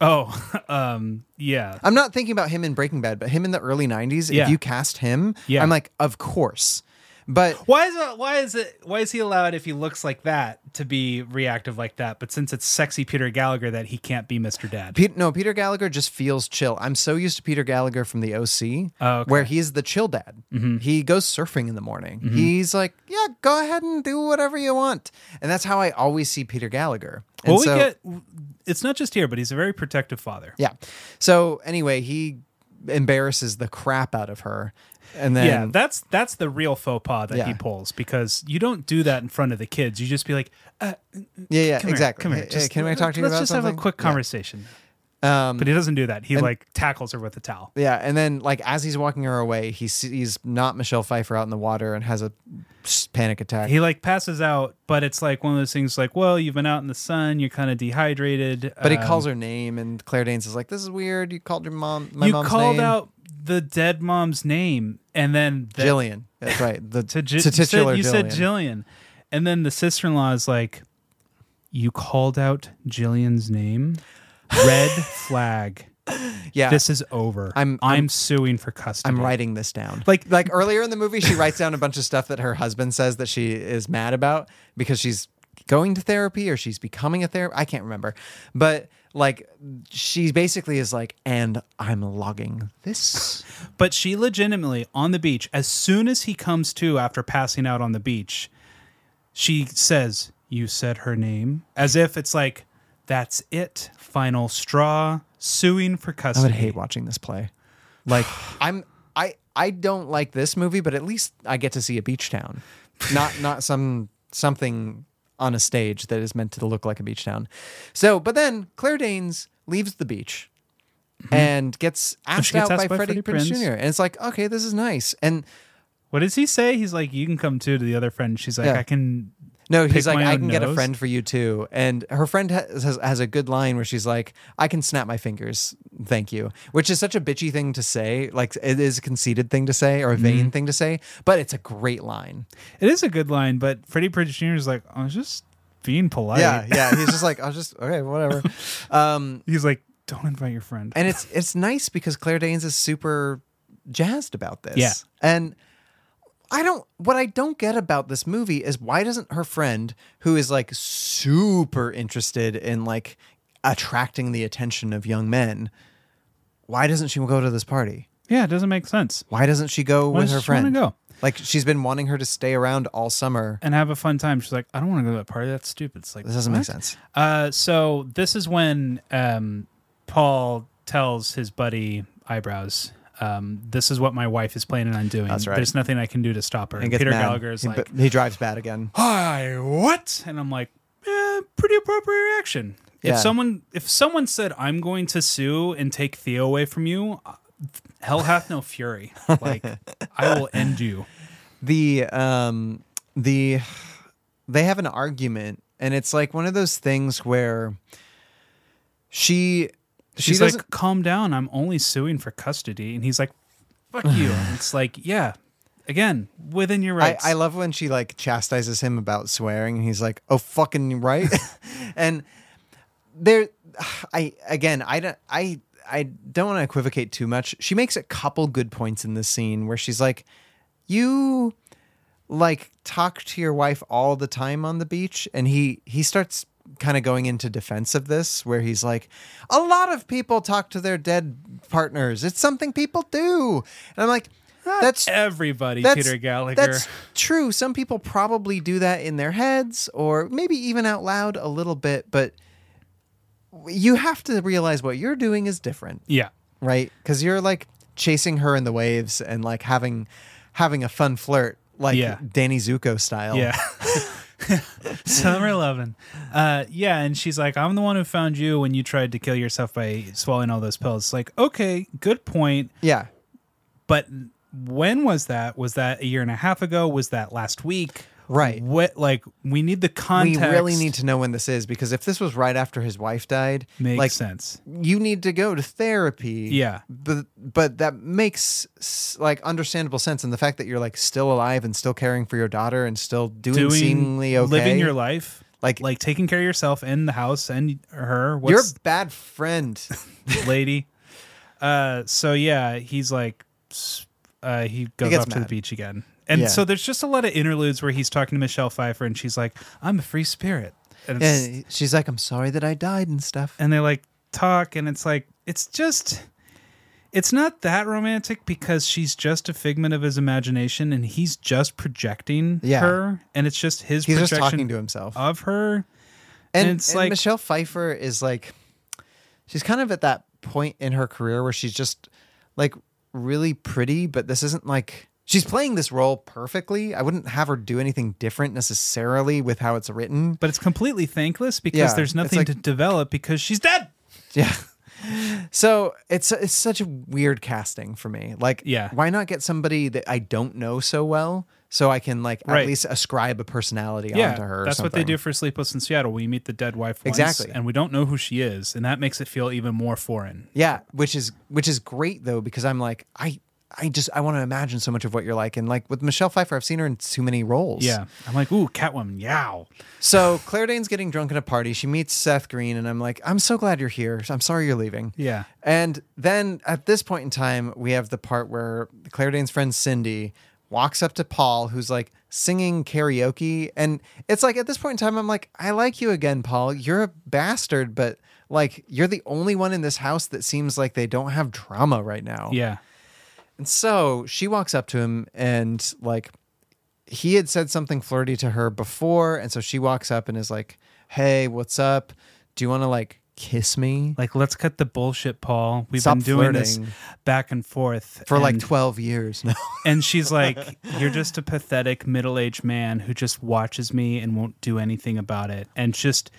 [SPEAKER 2] Oh, um, yeah.
[SPEAKER 3] I'm not thinking about him in Breaking Bad, but him in the early 90s,
[SPEAKER 2] Yeah.
[SPEAKER 3] if you cast him,
[SPEAKER 2] Yeah.
[SPEAKER 3] I'm like, of course. But
[SPEAKER 2] Why is it? Why is it? Why is he allowed if he looks like that to be reactive like that? But since it's sexy Peter Gallagher, that he can't be Mr. Dad.
[SPEAKER 3] Pete, no, Peter Gallagher just feels chill. I'm so used to Peter Gallagher from the OC,
[SPEAKER 2] Oh, okay. Mm-hmm.
[SPEAKER 3] where he's the chill dad. He goes surfing in the morning. He's like, yeah, go ahead and do whatever you want. And that's how I always see Peter Gallagher. And
[SPEAKER 2] well, we
[SPEAKER 3] so-
[SPEAKER 2] get. It's not just here, but he's a very protective father.
[SPEAKER 3] Yeah. So anyway, he embarrasses the crap out of her. And then,
[SPEAKER 2] yeah, that's that's the real faux pas that he
[SPEAKER 3] Yeah.
[SPEAKER 2] pulls because you don't do that in front of the kids. You just be like, uh,
[SPEAKER 3] yeah, yeah,
[SPEAKER 2] come
[SPEAKER 3] exactly.
[SPEAKER 2] Here, come here.
[SPEAKER 3] Hey, hey, can I talk to you
[SPEAKER 2] Let's
[SPEAKER 3] about
[SPEAKER 2] just have
[SPEAKER 3] something?
[SPEAKER 2] a quick
[SPEAKER 3] Yeah. Um,
[SPEAKER 2] conversation. but he doesn't do that. He like tackles her with a towel.
[SPEAKER 3] Yeah, and then like as he's walking her away, he sees not Michelle Pfeiffer out in the water and has a panic attack.
[SPEAKER 2] He like passes out, but it's like one of those things. Like, well, you've been out in the sun. You're kind of dehydrated.
[SPEAKER 3] But he
[SPEAKER 2] um,
[SPEAKER 3] calls her name, and Claire Danes is like, "This is weird. You called your mom, my
[SPEAKER 2] you
[SPEAKER 3] mom's
[SPEAKER 2] called
[SPEAKER 3] name."
[SPEAKER 2] out the dead mom's name, and then the,
[SPEAKER 3] Jillian. That's right. The
[SPEAKER 2] To, Ji-
[SPEAKER 3] to
[SPEAKER 2] you said,
[SPEAKER 3] titular
[SPEAKER 2] you
[SPEAKER 3] Jillian.
[SPEAKER 2] said Jillian, and then the sister in law is like, "You called out Jillian's name. Red flag.
[SPEAKER 3] yeah,
[SPEAKER 2] This is over.
[SPEAKER 3] I'm-
[SPEAKER 2] I'm,
[SPEAKER 3] I'm-
[SPEAKER 2] suing for custody.
[SPEAKER 3] I'm writing this down.
[SPEAKER 2] Like-
[SPEAKER 3] like earlier in the movie, she writes down a bunch of stuff that her husband says that she is mad about because she's going to therapy or she's becoming a therapist. I can't remember, but like she basically is like, "And I'm logging this."
[SPEAKER 2] But she legitimately on the beach, as soon as he comes to after passing out on the beach, she says, You said her name. As if it's like, That's it. Final straw. Suing for
[SPEAKER 3] I
[SPEAKER 2] custody.
[SPEAKER 3] would hate watching this play. Like I'm I I don't like this movie, but at least I get to see a beach town. Not not some something on a stage that is meant to look like a beach town. So, but then Claire Danes leaves the beach and gets asked
[SPEAKER 2] Mm-hmm. gets
[SPEAKER 3] out
[SPEAKER 2] asked
[SPEAKER 3] by, Freddie Prinze Jr. And it's like, okay, this is nice. And
[SPEAKER 2] What does he say? He's like, You can come too to the other friend. She's like,
[SPEAKER 3] Yeah.
[SPEAKER 2] I can
[SPEAKER 3] No, he's
[SPEAKER 2] pick
[SPEAKER 3] like,
[SPEAKER 2] my
[SPEAKER 3] I
[SPEAKER 2] own
[SPEAKER 3] can get a
[SPEAKER 2] nose?
[SPEAKER 3] friend for you too. And her friend has, has, has a good line where she's like, I can snap my fingers. Thank you. Which is such a bitchy thing to say. Like, it is a conceited thing to say or a
[SPEAKER 2] Mm-hmm.
[SPEAKER 3] vain thing to say, but it's a great line.
[SPEAKER 2] It is a good line, but Freddie Prinze Jr. is like, I was just being polite.
[SPEAKER 3] Yeah. Yeah. He's just like, I was just, okay, whatever. Um,
[SPEAKER 2] He's like, don't invite your friend.
[SPEAKER 3] and it's, it's nice because Claire Danes is super jazzed about this.
[SPEAKER 2] Yeah.
[SPEAKER 3] And, I don't what I don't get about this movie is why doesn't her friend who is like super interested in like attracting the attention of young men why doesn't she go to this party?
[SPEAKER 2] Yeah, it doesn't make sense.
[SPEAKER 3] Why doesn't she go
[SPEAKER 2] Why
[SPEAKER 3] with
[SPEAKER 2] does
[SPEAKER 3] her
[SPEAKER 2] she wanna
[SPEAKER 3] friend?
[SPEAKER 2] go?
[SPEAKER 3] Like she's been wanting her to stay around all summer.
[SPEAKER 2] And have a fun time. She's like, I don't want to go to that party. That's stupid. It's like
[SPEAKER 3] This doesn't make
[SPEAKER 2] what?
[SPEAKER 3] sense.
[SPEAKER 2] Uh, so this is when um, Paul tells his buddy eyebrows. Um, this is what my wife is planning on doing.
[SPEAKER 3] That's right.
[SPEAKER 2] There's nothing I can do to stop her.
[SPEAKER 3] And
[SPEAKER 2] And
[SPEAKER 3] gets
[SPEAKER 2] Peter
[SPEAKER 3] mad.
[SPEAKER 2] Gallagher is
[SPEAKER 3] he,
[SPEAKER 2] like,
[SPEAKER 3] he drives bad again.
[SPEAKER 2] "Hi, what?" And I'm like, "Yeah, pretty appropriate reaction."
[SPEAKER 3] Yeah.
[SPEAKER 2] If someone if someone said, "I'm going to sue and take Theo away from you," uh, hell hath no fury. Like, I will end you.
[SPEAKER 3] the um the they have an argument and it's like one of those things where she she
[SPEAKER 2] She's
[SPEAKER 3] doesn't
[SPEAKER 2] like, calm down. I'm only suing for custody. And he's like, fuck you. And it's like, yeah, again, within your
[SPEAKER 3] I,
[SPEAKER 2] rights.
[SPEAKER 3] I love when she like chastises him about swearing and he's like, "Oh fucking right." and there I again, I don't I I don't want to equivocate too much. She makes a couple good points in this scene where she's like, "You like talk to your wife all the time on the beach." And he he starts kind of going into defense of this where he's like, "A lot of people talk to their dead partners. It's something people do." And I'm like, that's
[SPEAKER 2] everybody,
[SPEAKER 3] that's-
[SPEAKER 2] Peter Gallagher.
[SPEAKER 3] That's true. Some people probably do that in their heads or maybe even out loud a little bit, but you have to realize what you're doing is different,
[SPEAKER 2] yeah.
[SPEAKER 3] right? Cuz you're like chasing her in the waves and like having having a fun flirt like
[SPEAKER 2] Yeah.
[SPEAKER 3] Danny Zuko style.
[SPEAKER 2] Yeah. Summer 11. Uh, yeah. And she's like, I'm the one who found you when you tried to kill yourself by swallowing all those pills. It's like, okay, good point.
[SPEAKER 3] Yeah.
[SPEAKER 2] But when was that? Was that a year and a half ago? Was that last week?
[SPEAKER 3] Right.
[SPEAKER 2] What, like, we need the context.
[SPEAKER 3] We really need to know when this is because if this was right after his wife died,
[SPEAKER 2] Makes
[SPEAKER 3] like
[SPEAKER 2] sense.
[SPEAKER 3] you need to go to therapy.
[SPEAKER 2] Yeah.
[SPEAKER 3] But but that makes s- like understandable sense and the fact that you're like still alive and still caring for your daughter and still doing,
[SPEAKER 2] doing
[SPEAKER 3] seemingly okay.
[SPEAKER 2] living your life
[SPEAKER 3] Like-
[SPEAKER 2] like like taking care of yourself and the house and her
[SPEAKER 3] You're
[SPEAKER 2] what's
[SPEAKER 3] a bad friend.
[SPEAKER 2] lady uh so yeah he's like s- uh he goes
[SPEAKER 3] gets
[SPEAKER 2] off to the
[SPEAKER 3] mad.
[SPEAKER 2] beach again and
[SPEAKER 3] Yeah.
[SPEAKER 2] so there's just a lot of interludes where he's talking to michelle pfeiffer and she's like i'm a free spirit and, it's,
[SPEAKER 3] and she's like, I'm sorry that I died and stuff.
[SPEAKER 2] and they like talk and it's like it's just it's not that romantic because she's just a figment of his imagination and he's just projecting
[SPEAKER 3] Yeah.
[SPEAKER 2] her and it's just his
[SPEAKER 3] He's just
[SPEAKER 2] projection
[SPEAKER 3] talking to himself.
[SPEAKER 2] of her
[SPEAKER 3] and,
[SPEAKER 2] And it's
[SPEAKER 3] and
[SPEAKER 2] like-
[SPEAKER 3] Michelle Pfeiffer is like she's kind of at that point in her career where she's just like really pretty, but this isn't like she's playing this role perfectly. I wouldn't have her do anything different necessarily with how it's written.
[SPEAKER 2] but it's completely thankless because
[SPEAKER 3] Yeah, it's
[SPEAKER 2] there's nothing
[SPEAKER 3] like-
[SPEAKER 2] to develop because she's dead.
[SPEAKER 3] Yeah. So it's it's such a weird casting for me. Like,
[SPEAKER 2] Yeah.
[SPEAKER 3] why not get somebody that I don't know so well, so I can like at
[SPEAKER 2] Right.
[SPEAKER 3] least ascribe a personality
[SPEAKER 2] Yeah,
[SPEAKER 3] onto her? or
[SPEAKER 2] that's what they
[SPEAKER 3] something.
[SPEAKER 2] do for Sleepless in Seattle. We meet the dead wife once,
[SPEAKER 3] Exactly.
[SPEAKER 2] and we don't know who she is, and that makes it feel even more foreign.
[SPEAKER 3] Yeah, which is which is great though because I'm like I I just I want to imagine so much of what you're like and like with Michelle Pfeiffer I've seen her in too many roles.
[SPEAKER 2] Yeah, I'm like, ooh, Catwoman, yow.
[SPEAKER 3] So Claire Danes getting drunk at a party. She meets Seth Green and I'm like I'm so glad you're here. I'm sorry you're leaving.
[SPEAKER 2] Yeah.
[SPEAKER 3] And then at this point in time we have the part where Claire Danes' friend Cindy walks up to Paul who's like singing karaoke and it's like at this point in time I'm like I like you again Paul. You're a bastard but like you're the only one in this house that seems like they don't have drama right now.
[SPEAKER 2] Yeah,
[SPEAKER 3] And so she walks up to him and like he had said something flirty to her before and so she walks up and is like, "Hey, what's up? Do you want to like kiss me?"
[SPEAKER 2] like let's cut the bullshit, Paul. We've
[SPEAKER 3] Stop
[SPEAKER 2] been doing this
[SPEAKER 3] flirting.
[SPEAKER 2] back and forth
[SPEAKER 3] For like
[SPEAKER 2] and-
[SPEAKER 3] 12 years now.
[SPEAKER 2] And she's like, "You're just a pathetic middle-aged man who just watches me and won't do anything about it, and just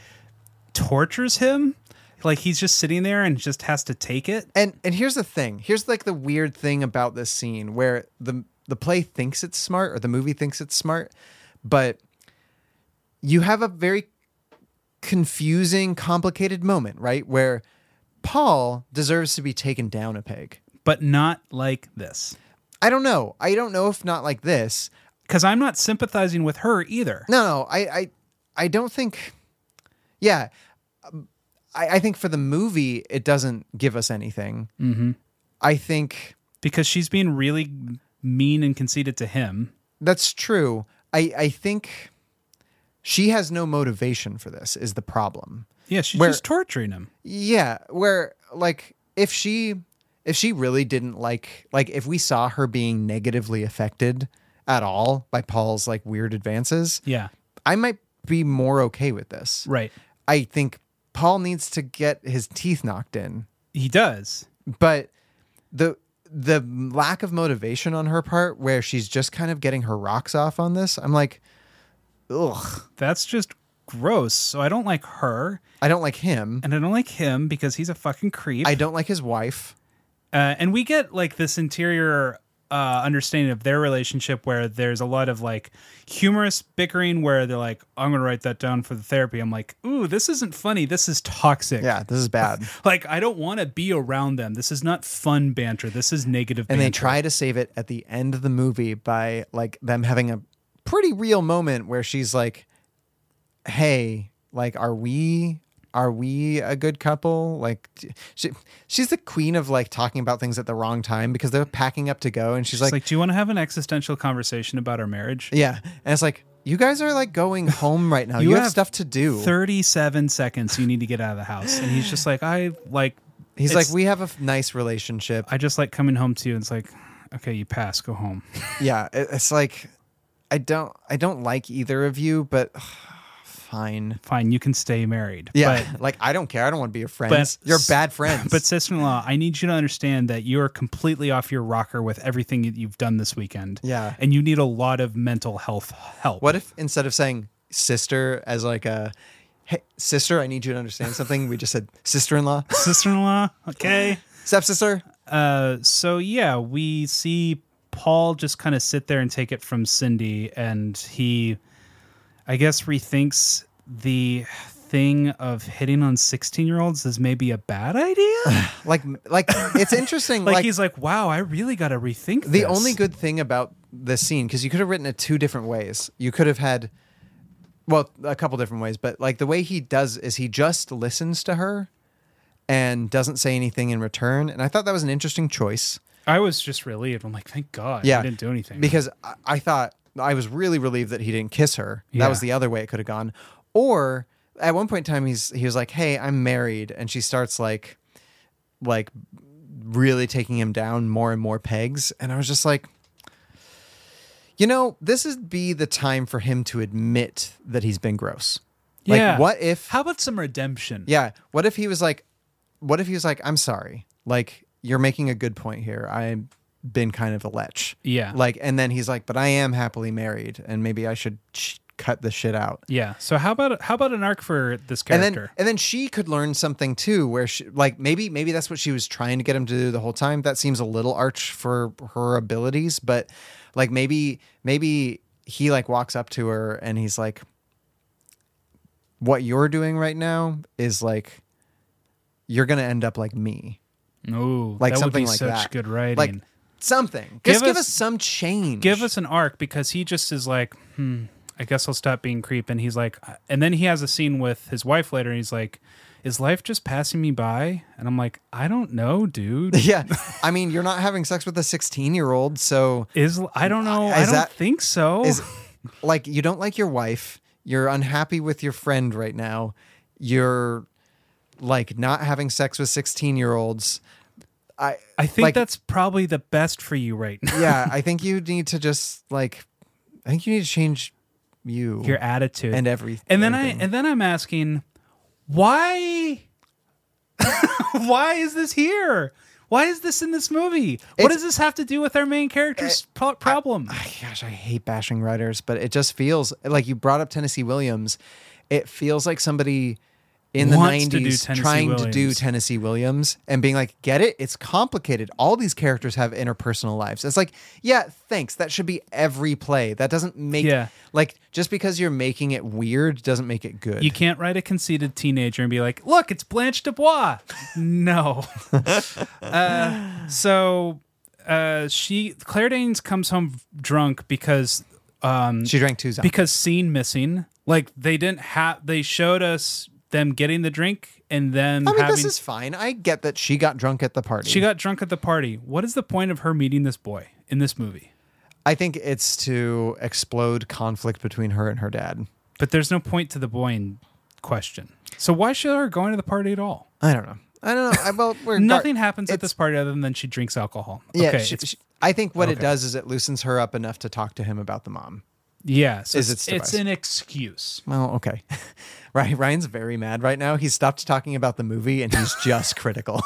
[SPEAKER 2] tortures him. Like he's just sitting there and just has to take it."
[SPEAKER 3] and and here's the thing. Here's like the weird thing about this scene where the the play thinks it's smart or the movie thinks it's smart, but you have a very confusing, complicated moment, right? Where Paul deserves to be taken down a peg.
[SPEAKER 2] But not like this.
[SPEAKER 3] I don't know. I don't know if not like this.
[SPEAKER 2] Because I'm not sympathizing with her either.
[SPEAKER 3] No, no, I, I, I don't think. Yeah, Um, I, I think for the movie, it doesn't give us anything.
[SPEAKER 2] Mm-hmm.
[SPEAKER 3] I think
[SPEAKER 2] Because she's being really mean and conceited to him.
[SPEAKER 3] that's true. I, I think she has no motivation for this. Is the problem?
[SPEAKER 2] Yeah, she's
[SPEAKER 3] Where-
[SPEAKER 2] just torturing him.
[SPEAKER 3] Yeah, where like if she if she really didn't like like if we saw her being negatively affected at all by Paul's like weird advances,
[SPEAKER 2] Yeah,
[SPEAKER 3] I might be more okay with this.
[SPEAKER 2] right.
[SPEAKER 3] I think Paul needs to get his teeth knocked in,
[SPEAKER 2] He does.
[SPEAKER 3] but the the lack of motivation on her part where she's just kind of getting her rocks off on this, I'm like ugh,
[SPEAKER 2] That's just gross. So I don't like her,
[SPEAKER 3] I don't like him.
[SPEAKER 2] and I don't like him because he's a fucking creep.
[SPEAKER 3] I don't like his wife.
[SPEAKER 2] uh, and we get like this interior uh, understanding of their relationship where there's a lot of like humorous bickering where they're like i'm gonna write that down for the therapy i'm like ooh this isn't funny this is toxic
[SPEAKER 3] Yeah, this is bad.
[SPEAKER 2] like i don't want to be around them this is not fun banter this is negative
[SPEAKER 3] and they
[SPEAKER 2] banter.
[SPEAKER 3] try to save it at the end of the movie by like them having a pretty real moment where she's like hey like are we are we a good couple like d- she, she's the queen of like talking about things at the wrong time because they're packing up to go and she's,
[SPEAKER 2] it's
[SPEAKER 3] like,
[SPEAKER 2] like, do you want to have an existential conversation about our marriage
[SPEAKER 3] yeah and it's like you guys are like going home right now you, have, stuff to do
[SPEAKER 2] 37 seconds you need to get out of the house and he's just like i like
[SPEAKER 3] he's
[SPEAKER 2] it's-
[SPEAKER 3] like we have a f- nice relationship
[SPEAKER 2] i just like coming home to you and it's like okay you pass go home
[SPEAKER 3] yeah it, it's like i don't i don't like either of you but fine
[SPEAKER 2] fine you can stay married
[SPEAKER 3] Yeah,
[SPEAKER 2] but
[SPEAKER 3] like I don't care. I don't want to be your friends. You're bad friends.
[SPEAKER 2] But sister-in-law, I need you to understand that you are completely off your rocker with everything that you've done this weekend.
[SPEAKER 3] Yeah.
[SPEAKER 2] and you need a lot of mental health help.
[SPEAKER 3] what if instead of saying sister as like a hey, sister, I need you to understand something, we just said sister-in-law,
[SPEAKER 2] sister-in-law? Okay.
[SPEAKER 3] stepsister.
[SPEAKER 2] Uh, so yeah, we see Paul just kind of sit there and take it from Cindy, and he, I guess, rethinks the thing of hitting on 16-year-olds is maybe a bad idea.
[SPEAKER 3] Like, like it's interesting.
[SPEAKER 2] like,
[SPEAKER 3] like,
[SPEAKER 2] he's like, wow, I really got to rethink.
[SPEAKER 3] the
[SPEAKER 2] this.
[SPEAKER 3] only good thing about this scene because you could have written it two different ways. You could have had, well, a couple different ways, but like the way he does is he just listens to her and doesn't say anything in return. And I thought that was an interesting choice.
[SPEAKER 2] I was just relieved. I'm like, thank God, I didn't do anything.
[SPEAKER 3] Because I, I thought I was really relieved that he didn't kiss her.
[SPEAKER 2] Yeah.
[SPEAKER 3] That was the other way it could have gone. Or at one point in time, he's he was like, "Hey, I'm married," and she starts like, like really taking him down more and more pegs, and I was just like. You know, this would be the time for him to admit that he's been gross. Like,
[SPEAKER 2] Yeah.
[SPEAKER 3] what if
[SPEAKER 2] How about some redemption?
[SPEAKER 3] yeah. What if he was like, what if he was like, I'm sorry. Like, you're making a good point here. I've been kind of a lech.
[SPEAKER 2] Yeah.
[SPEAKER 3] Like, and then he's like, but I am happily married and maybe I should sh- cut the shit out.
[SPEAKER 2] Yeah. So how about how about an arc for this
[SPEAKER 3] And
[SPEAKER 2] character?
[SPEAKER 3] then, and then she could learn something too, where she, like, maybe, maybe that's what she was trying to get him to do the whole time. That seems a little arch for her abilities, but like, maybe, maybe he like walks up to her and he's like, what you're doing right now is like, you're going to end up like me.
[SPEAKER 2] Ooh,
[SPEAKER 3] like
[SPEAKER 2] that
[SPEAKER 3] something
[SPEAKER 2] would be
[SPEAKER 3] like
[SPEAKER 2] such
[SPEAKER 3] that.
[SPEAKER 2] good writing.
[SPEAKER 3] like something. Just
[SPEAKER 2] Give
[SPEAKER 3] give, us,
[SPEAKER 2] us-
[SPEAKER 3] some change.
[SPEAKER 2] Give us an arc because he just is like, hmm, I guess I'll stop being creep. And he's like, uh, and then he has a scene with his wife later, and he's like, "Is life just passing me by?" And I'm like, I don't know, dude.
[SPEAKER 3] Yeah, I mean, you're not having sex with a 16 year old, so
[SPEAKER 2] Is I don't know. I
[SPEAKER 3] Is
[SPEAKER 2] don't
[SPEAKER 3] that-
[SPEAKER 2] think so.
[SPEAKER 3] is like you don't like your wife. You're unhappy with your friend right now. You're like not having sex with 16 year olds. I
[SPEAKER 2] I think
[SPEAKER 3] like-
[SPEAKER 2] that's probably the best for you right now.
[SPEAKER 3] yeah, I think you need to just like, I think you need to change you
[SPEAKER 2] Your attitude
[SPEAKER 3] and everything.
[SPEAKER 2] And then I and then I'm asking, why why is this here? Why is this in this movie? What
[SPEAKER 3] It's-
[SPEAKER 2] does this have to do with our main character's pro- problem?
[SPEAKER 3] gosh, I hate bashing writers, but it just feels like you brought up Tennessee Williams. It feels like somebody in the
[SPEAKER 2] Wants to do
[SPEAKER 3] 90s
[SPEAKER 2] Tennessee
[SPEAKER 3] trying to do
[SPEAKER 2] Williams.
[SPEAKER 3] Tennessee Williams and being like, get it? It's complicated. All these characters have interpersonal lives. It's like, yeah, thanks. That should be every play. That doesn't make,
[SPEAKER 2] Yeah.
[SPEAKER 3] like, just because you're making it weird doesn't make it good.
[SPEAKER 2] You can't write a conceited teenager and be like, look, it's Blanche Dubois. no. uh, so uh, she, Claire Danes comes home drunk because. Um,
[SPEAKER 3] she drank two Zons.
[SPEAKER 2] Because scene missing. Like they didn't have, they showed us them getting the drink and them
[SPEAKER 3] I mean,
[SPEAKER 2] having.
[SPEAKER 3] this is fine. I get that she got drunk at the party.
[SPEAKER 2] she got drunk at the party. What is the point of her meeting this boy in this movie?
[SPEAKER 3] I think it's to explode conflict between her and her dad.
[SPEAKER 2] But there's no point to the boy in question. So why should her going to the party at all?
[SPEAKER 3] I don't know. I don't know. I, well, we're
[SPEAKER 2] Nothing
[SPEAKER 3] dar-
[SPEAKER 2] happens at
[SPEAKER 3] it's-
[SPEAKER 2] this party other than she drinks alcohol.
[SPEAKER 3] Yeah,
[SPEAKER 2] okay,
[SPEAKER 3] she-
[SPEAKER 2] it's-
[SPEAKER 3] she- I think what it
[SPEAKER 2] okay.
[SPEAKER 3] does is it loosens her up enough to talk to him about the mom.
[SPEAKER 2] yeah. So
[SPEAKER 3] is
[SPEAKER 2] it's,
[SPEAKER 3] its
[SPEAKER 2] it's
[SPEAKER 3] device.
[SPEAKER 2] an excuse.
[SPEAKER 3] Well, okay. Right, Ryan's very mad right now. He stopped talking about the movie and he's just critical.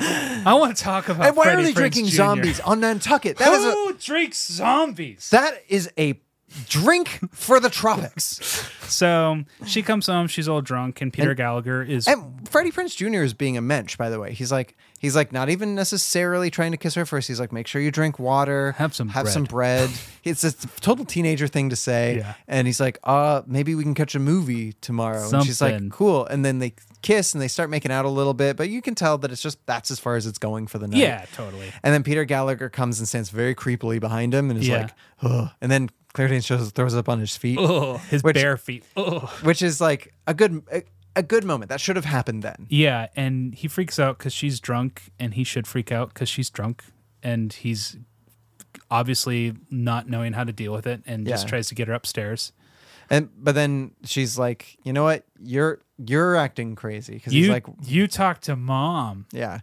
[SPEAKER 2] I want to talk about.
[SPEAKER 3] and why are
[SPEAKER 2] Freddie
[SPEAKER 3] they
[SPEAKER 2] Prinze
[SPEAKER 3] drinking
[SPEAKER 2] Jr..
[SPEAKER 3] zombies on Nantucket? That is a,
[SPEAKER 2] Who drinks zombies?
[SPEAKER 3] that is a drink for the tropics.
[SPEAKER 2] So she comes home. She's all drunk, and Peter Gallagher is
[SPEAKER 3] And Freddie Prince Jr. is being a mensch, by the way. He's like, he's like not even necessarily trying to kiss her first. He's like, make sure you drink water,
[SPEAKER 2] Have some
[SPEAKER 3] have
[SPEAKER 2] bread."
[SPEAKER 3] some bread. it's a total teenager thing to say.
[SPEAKER 2] Yeah.
[SPEAKER 3] And he's like, uh, maybe we can catch a movie tomorrow. And she's like,
[SPEAKER 2] Something.
[SPEAKER 3] cool. And then they kiss and they start making out a little bit, but you can tell that it's just that's as far as it's going for the night.
[SPEAKER 2] yeah, totally.
[SPEAKER 3] And then Peter Gallagher comes and stands very creepily behind him and is
[SPEAKER 2] Yeah.
[SPEAKER 3] like, Ugh. and then Claire Danes shows, throws up on his feet
[SPEAKER 2] Ugh, his
[SPEAKER 3] Which-
[SPEAKER 2] bare feet. Ugh.
[SPEAKER 3] which is like a good a, a good moment that should have happened then.
[SPEAKER 2] Yeah, and he freaks out because she's drunk, and he should freak out because she's drunk, and he's obviously not knowing how to deal with it, and just
[SPEAKER 3] Yeah.
[SPEAKER 2] tries to get her upstairs.
[SPEAKER 3] And but then she's like, you know what? You're you're acting crazy because he's
[SPEAKER 2] You
[SPEAKER 3] like,
[SPEAKER 2] you talk to mom.
[SPEAKER 3] yeah,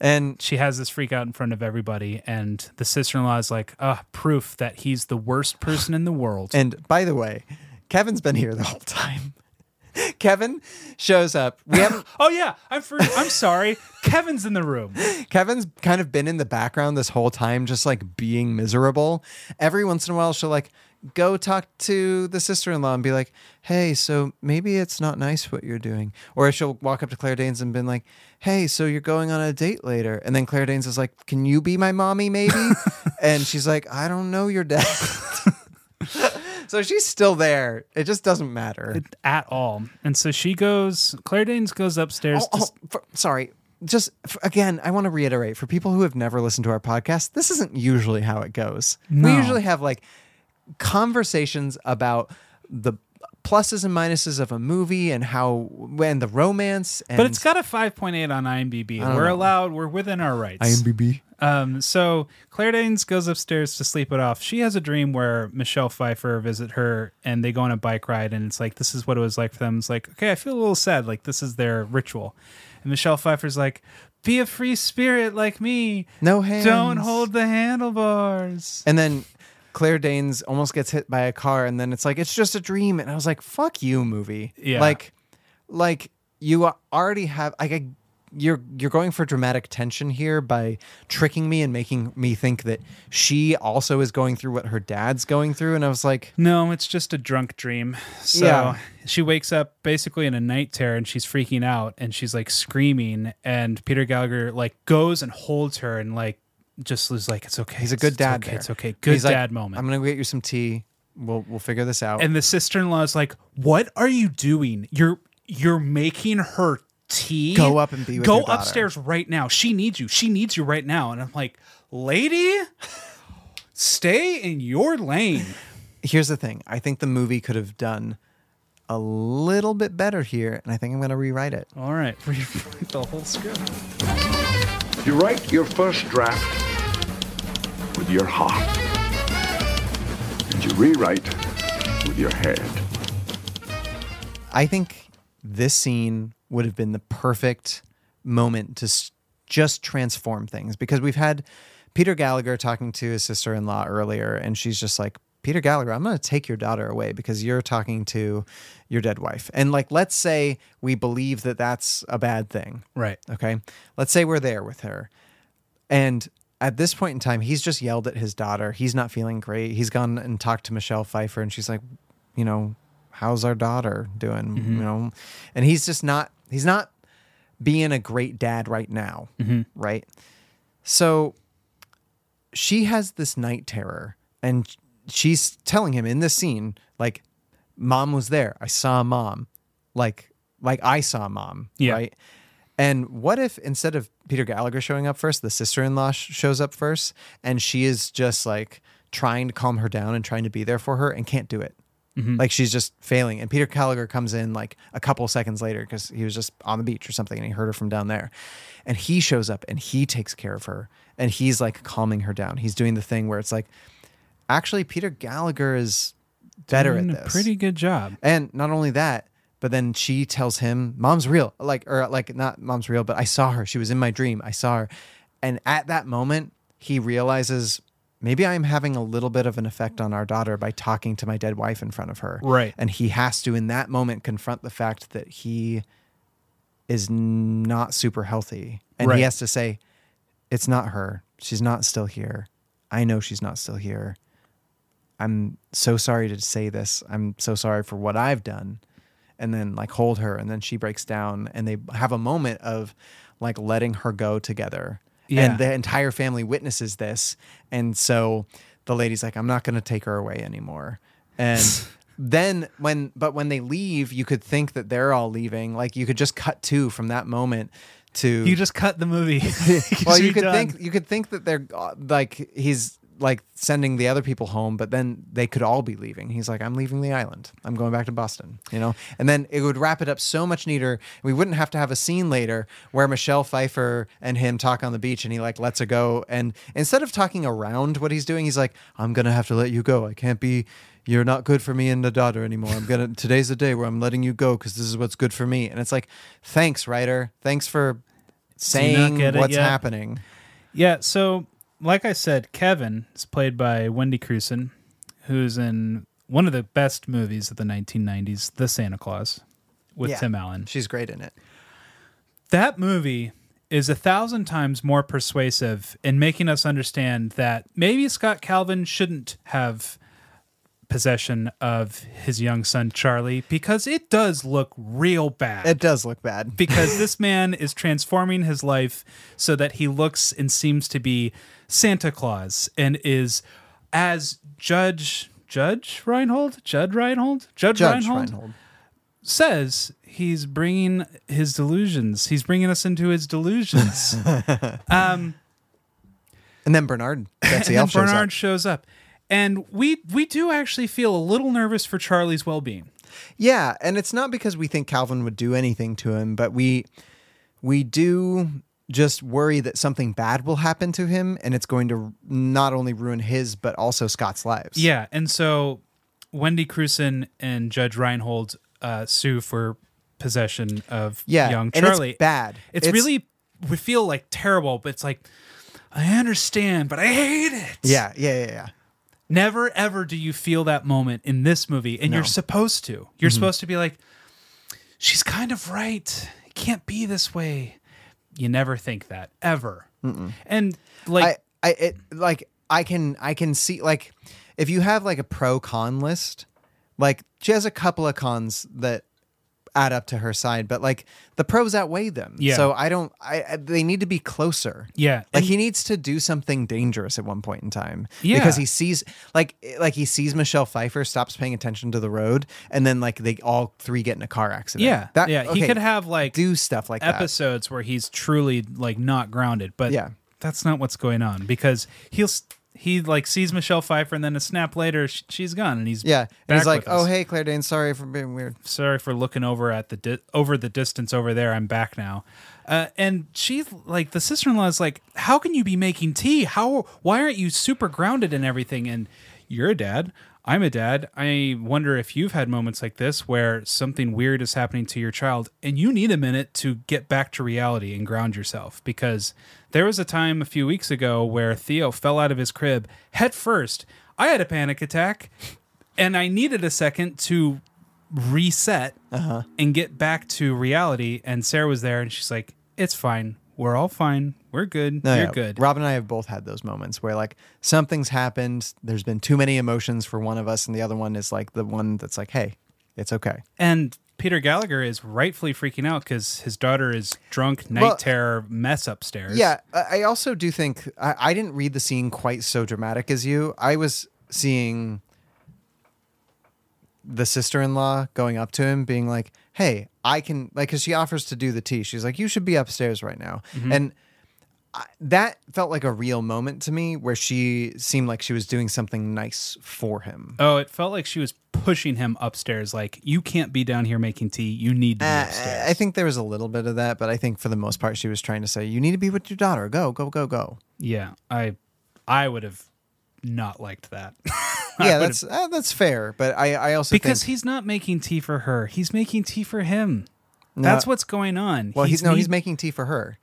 [SPEAKER 3] and
[SPEAKER 2] She has this freak out in front of everybody, and the sister in law is like, "Ah, proof that he's the worst person in the world."
[SPEAKER 3] and by the way, Kevin's been here the whole time. Kevin shows up. We haven't.
[SPEAKER 2] oh yeah, I'm for, I'm sorry. Kevin's in the room.
[SPEAKER 3] Kevin's kind of been in the background this whole time, just like being miserable. Every once in a while, she'll like go talk to the sister in law and be like, hey, so maybe it's not nice what you're doing. Or she'll walk up to Claire Danes and been like, hey, so you're going on a date later. And then Claire Danes is like, can you be my mommy, maybe? and she's like, I don't know your dad. so she's still there. It just doesn't matter.
[SPEAKER 2] at all. And so she goes, Claire Danes goes upstairs.
[SPEAKER 3] Oh,
[SPEAKER 2] to,
[SPEAKER 3] oh, for- sorry. Just f again, I want to reiterate for people who have never listened to our podcast, this isn't usually how it goes. We
[SPEAKER 2] No.
[SPEAKER 3] usually have like conversations about the pluses and minuses of a movie and how and the romance and
[SPEAKER 2] but it's got a 5.8 on IMDb. We're allowed, we're within our rights.
[SPEAKER 3] IMDb.
[SPEAKER 2] Um, so Claire Danes goes upstairs to sleep it off. She has a dream where Michelle Pfeiffer visit her and they go on a bike ride and it's like this is what it was like for them. It's like, okay, I feel a little sad, like this is their ritual. And Michelle Pfeiffer's like, be a free spirit like me.
[SPEAKER 3] No hands.
[SPEAKER 2] Don't hold the handlebars.
[SPEAKER 3] And then Claire Danes almost gets hit by a car, and then it's like it's just a dream. And I was like, "Fuck you, movie."
[SPEAKER 2] Yeah.
[SPEAKER 3] Like, like you already have like I, you're you're going for dramatic tension here by tricking me and making me think that she also is going through what her dad's going through. And I was like,
[SPEAKER 2] No, it's just a drunk dream. So
[SPEAKER 3] Yeah.
[SPEAKER 2] she wakes up basically in a night terror and she's freaking out and she's like screaming and Peter Gallagher like goes and holds her and like just is like it's okay.
[SPEAKER 3] "He's a
[SPEAKER 2] it's-
[SPEAKER 3] good
[SPEAKER 2] it's
[SPEAKER 3] dad."
[SPEAKER 2] Okay,
[SPEAKER 3] there.
[SPEAKER 2] It's okay.
[SPEAKER 3] And
[SPEAKER 2] Good
[SPEAKER 3] he's like,
[SPEAKER 2] dad moment.
[SPEAKER 3] I'm gonna go get you some tea. We'll we'll figure this out.
[SPEAKER 2] and the sister-in-law is like, "What are you doing? You're you're making her tea.
[SPEAKER 3] Go up and be with
[SPEAKER 2] Go
[SPEAKER 3] your daughter."
[SPEAKER 2] upstairs right now. She needs you. She needs you right now." And I'm like, "Lady, stay in your lane."
[SPEAKER 3] here's the thing i think the movie could have done a little bit better here and i think i'm going to rewrite it
[SPEAKER 2] All right, rewrite the whole script.
[SPEAKER 5] You write your first draft with your heart, and you rewrite with your head.
[SPEAKER 3] i think this scene would have been the perfect moment to s- just transform things because we've had peter gallagher talking to his sister-in-law earlier and she's just like peter gallagher i'm going to take your daughter away because you're talking to your dead wife and like let's say we believe that that's a bad thing
[SPEAKER 2] Right.
[SPEAKER 3] Okay. Let's say we're there with her. And at this point in time, he's just yelled at his daughter. He's not feeling great. He's gone and talked to Michelle Pfeiffer, and she's like, you know, how's our daughter doing? You know, and he's just not, He's not being a great dad right now,
[SPEAKER 2] Mhm.
[SPEAKER 3] right? So she has this night terror and she's telling him in this scene like mom was there. I saw mom. Like like I saw mom,
[SPEAKER 2] Yeah.
[SPEAKER 3] right? And what if instead of Peter Gallagher showing up first, the sister in law sh- shows up first, and she is just like trying to calm her down and trying to be there for her and can't do it?
[SPEAKER 2] Mhm.
[SPEAKER 3] Like she's just failing. And Peter Gallagher comes in like a couple seconds later because he was just on the beach or something and he heard her from down there. And he shows up and he takes care of her and he's like calming her down. He's doing the thing where it's like, actually, Peter Gallagher is better
[SPEAKER 2] Doing
[SPEAKER 3] at
[SPEAKER 2] a
[SPEAKER 3] this.
[SPEAKER 2] pretty good job.
[SPEAKER 3] And not only that, but then she tells him, "Mom's real." Like or like not mom's real, but I saw her. She was in my dream. I saw her. And at that moment, he realizes maybe I am having a little bit of an effect on our daughter by talking to my dead wife in front of her.
[SPEAKER 2] Right.
[SPEAKER 3] And he has to in that moment confront the fact that he is n- not super healthy. And
[SPEAKER 2] Right.
[SPEAKER 3] he has to say, "It's not her. She's not still here. I know she's not still here." I'm so sorry to say this. I'm so sorry for what I've done. And then like hold her and then she breaks down and they have a moment of like letting her go together.
[SPEAKER 2] Yeah.
[SPEAKER 3] And the entire family witnesses this. And so the lady's like, I'm not gonna take her away anymore. And then when but when they leave, you could think that they're all leaving. Like you could just cut to from that moment to
[SPEAKER 2] You just cut the movie.
[SPEAKER 3] well, you
[SPEAKER 2] You're
[SPEAKER 3] could
[SPEAKER 2] done.
[SPEAKER 3] think you could think that they're uh, like he's like sending the other people home, but then they could all be leaving. He's like, I'm leaving the island. I'm going back to Boston. You know, and then it would wrap it up so much neater. We wouldn't have to have a scene later where Michelle Pfeiffer and him talk on the beach, and he like lets her go. And instead of talking around what he's doing, he's like, I'm gonna have to let you go. I can't be. You're not good for me and the daughter anymore. I'm gonna. Today's the day where I'm letting you go because this is what's good for me. And it's like, thanks, writer. Thanks for
[SPEAKER 2] Do you not
[SPEAKER 3] saying
[SPEAKER 2] get it
[SPEAKER 3] what's
[SPEAKER 2] yet?
[SPEAKER 3] happening.
[SPEAKER 2] Yeah, so like I said, Kevin is played by Wendy Crewson, who's in one of the best movies of the 1990s, The Santa Claus, with
[SPEAKER 3] Yeah.
[SPEAKER 2] Tim Allen.
[SPEAKER 3] She's great in it.
[SPEAKER 2] That movie is a thousand times more persuasive in making us understand that maybe Scott Calvin shouldn't have possession of his young son Charlie because it does look real bad.
[SPEAKER 3] It does look bad.
[SPEAKER 2] because this man is transforming his life so that he looks and seems to be Santa Claus and is as Judge Judge Reinhold Judd Reinhold Judge,
[SPEAKER 3] Judge
[SPEAKER 2] Reinhold,
[SPEAKER 3] Reinhold.
[SPEAKER 2] says he's bringing his delusions. He's bringing us into his delusions. um,
[SPEAKER 3] And then Bernard. That's the
[SPEAKER 2] and
[SPEAKER 3] elf
[SPEAKER 2] then
[SPEAKER 3] shows
[SPEAKER 2] Bernard
[SPEAKER 3] up.
[SPEAKER 2] shows up. And we we do actually feel a little nervous for Charlie's well-being.
[SPEAKER 3] Yeah, and it's not because we think Calvin would do anything to him, but we we do just worry that something bad will happen to him and it's going to not only ruin his but also Scott's lives.
[SPEAKER 2] Yeah, and so Wendy Crewson and Judge Reinhold uh, sue for possession of
[SPEAKER 3] Yeah,
[SPEAKER 2] young
[SPEAKER 3] and it's
[SPEAKER 2] Charlie.
[SPEAKER 3] bad.
[SPEAKER 2] It's,
[SPEAKER 3] It's-
[SPEAKER 2] really we feel like terrible, but it's like I understand, but I hate it.
[SPEAKER 3] Yeah, yeah, yeah, yeah.
[SPEAKER 2] Never ever do you feel that moment in this movie, and you're supposed to.
[SPEAKER 3] Mm-hmm.
[SPEAKER 2] You're supposed to be like, she's kind of right. It can't be this way. You never think that ever. And like
[SPEAKER 3] I, I it like I can I can see like if you have like a pro con list, like she has a couple of cons that add up to her side, but like the pros outweigh them.
[SPEAKER 2] Yeah.
[SPEAKER 3] So I don't I I- they need to be closer.
[SPEAKER 2] Yeah,
[SPEAKER 3] Like
[SPEAKER 2] and-
[SPEAKER 3] he needs to do something dangerous at one point in time.
[SPEAKER 2] Yeah.
[SPEAKER 3] Because he sees like like he sees Michelle Pfeiffer stops paying attention to the road and then like they all three get in a car accident.
[SPEAKER 2] Yeah,
[SPEAKER 3] That,
[SPEAKER 2] yeah. He
[SPEAKER 3] okay,
[SPEAKER 2] could have like
[SPEAKER 3] do stuff like that.
[SPEAKER 2] episodes where he's truly like not grounded, but
[SPEAKER 3] Yeah.
[SPEAKER 2] that's not what's going on because he'll he like sees Michelle Pfeiffer and then a snap later sh- she's gone and he's
[SPEAKER 3] Yeah. And
[SPEAKER 2] back
[SPEAKER 3] he's like,
[SPEAKER 2] with
[SPEAKER 3] Oh
[SPEAKER 2] us.
[SPEAKER 3] hey Claire Dane, sorry for being weird.
[SPEAKER 2] sorry for looking over at the di- over the distance over there. I'm back now." Uh, and she's like, the sister in law is like, "How can you be making tea? How? Why aren't you super grounded in everything?" And you're a dad. I'm a dad. I wonder if you've had moments like this where something weird is happening to your child and you need a minute to get back to reality and ground yourself. Because there was a time a few weeks ago where Theo fell out of his crib head first. I had a panic attack and I needed a second to reset
[SPEAKER 3] Uh-huh.
[SPEAKER 2] and get back to reality. And Sarah was there, and she's like, "It's fine. We're all fine. We're good.
[SPEAKER 3] No,
[SPEAKER 2] You're
[SPEAKER 3] Oh, yeah.
[SPEAKER 2] good."
[SPEAKER 3] Rob and I have both had those moments where like something's happened. There's been too many emotions for one of us, and the other one is like the one that's like, "Hey, it's okay."
[SPEAKER 2] And Peter Gallagher is rightfully freaking out because his daughter is drunk, night
[SPEAKER 3] Well-
[SPEAKER 2] terror, mess upstairs.
[SPEAKER 3] Yeah, I I also do think I, I didn't read the scene quite so dramatic as you. I was seeing the sister-in-law going up to him, being like, "Hey, I can like," because she offers to do the tea. She's like, "You should be upstairs right now,"
[SPEAKER 12] Mhm.
[SPEAKER 3] and I, that felt like a real moment to me where she seemed like she was doing something nice for him.
[SPEAKER 2] Oh, it felt like she was pushing him upstairs. Like, you can't be down here making tea. You need to be
[SPEAKER 3] Uh,
[SPEAKER 2] upstairs.
[SPEAKER 3] I think there was a little bit of that, but I think for the most part, she was trying to say, "You need to be with your daughter. Go, go, go, go."
[SPEAKER 2] Yeah, I, I would have not liked that. I
[SPEAKER 3] yeah,
[SPEAKER 2] would've-
[SPEAKER 3] that's uh, that's fair. But I I also
[SPEAKER 2] because
[SPEAKER 3] think,
[SPEAKER 2] he's not making tea for her. He's making tea for him.
[SPEAKER 3] No.
[SPEAKER 2] That's what's going on.
[SPEAKER 3] well, he's, no, he's
[SPEAKER 2] need-
[SPEAKER 3] making tea for her.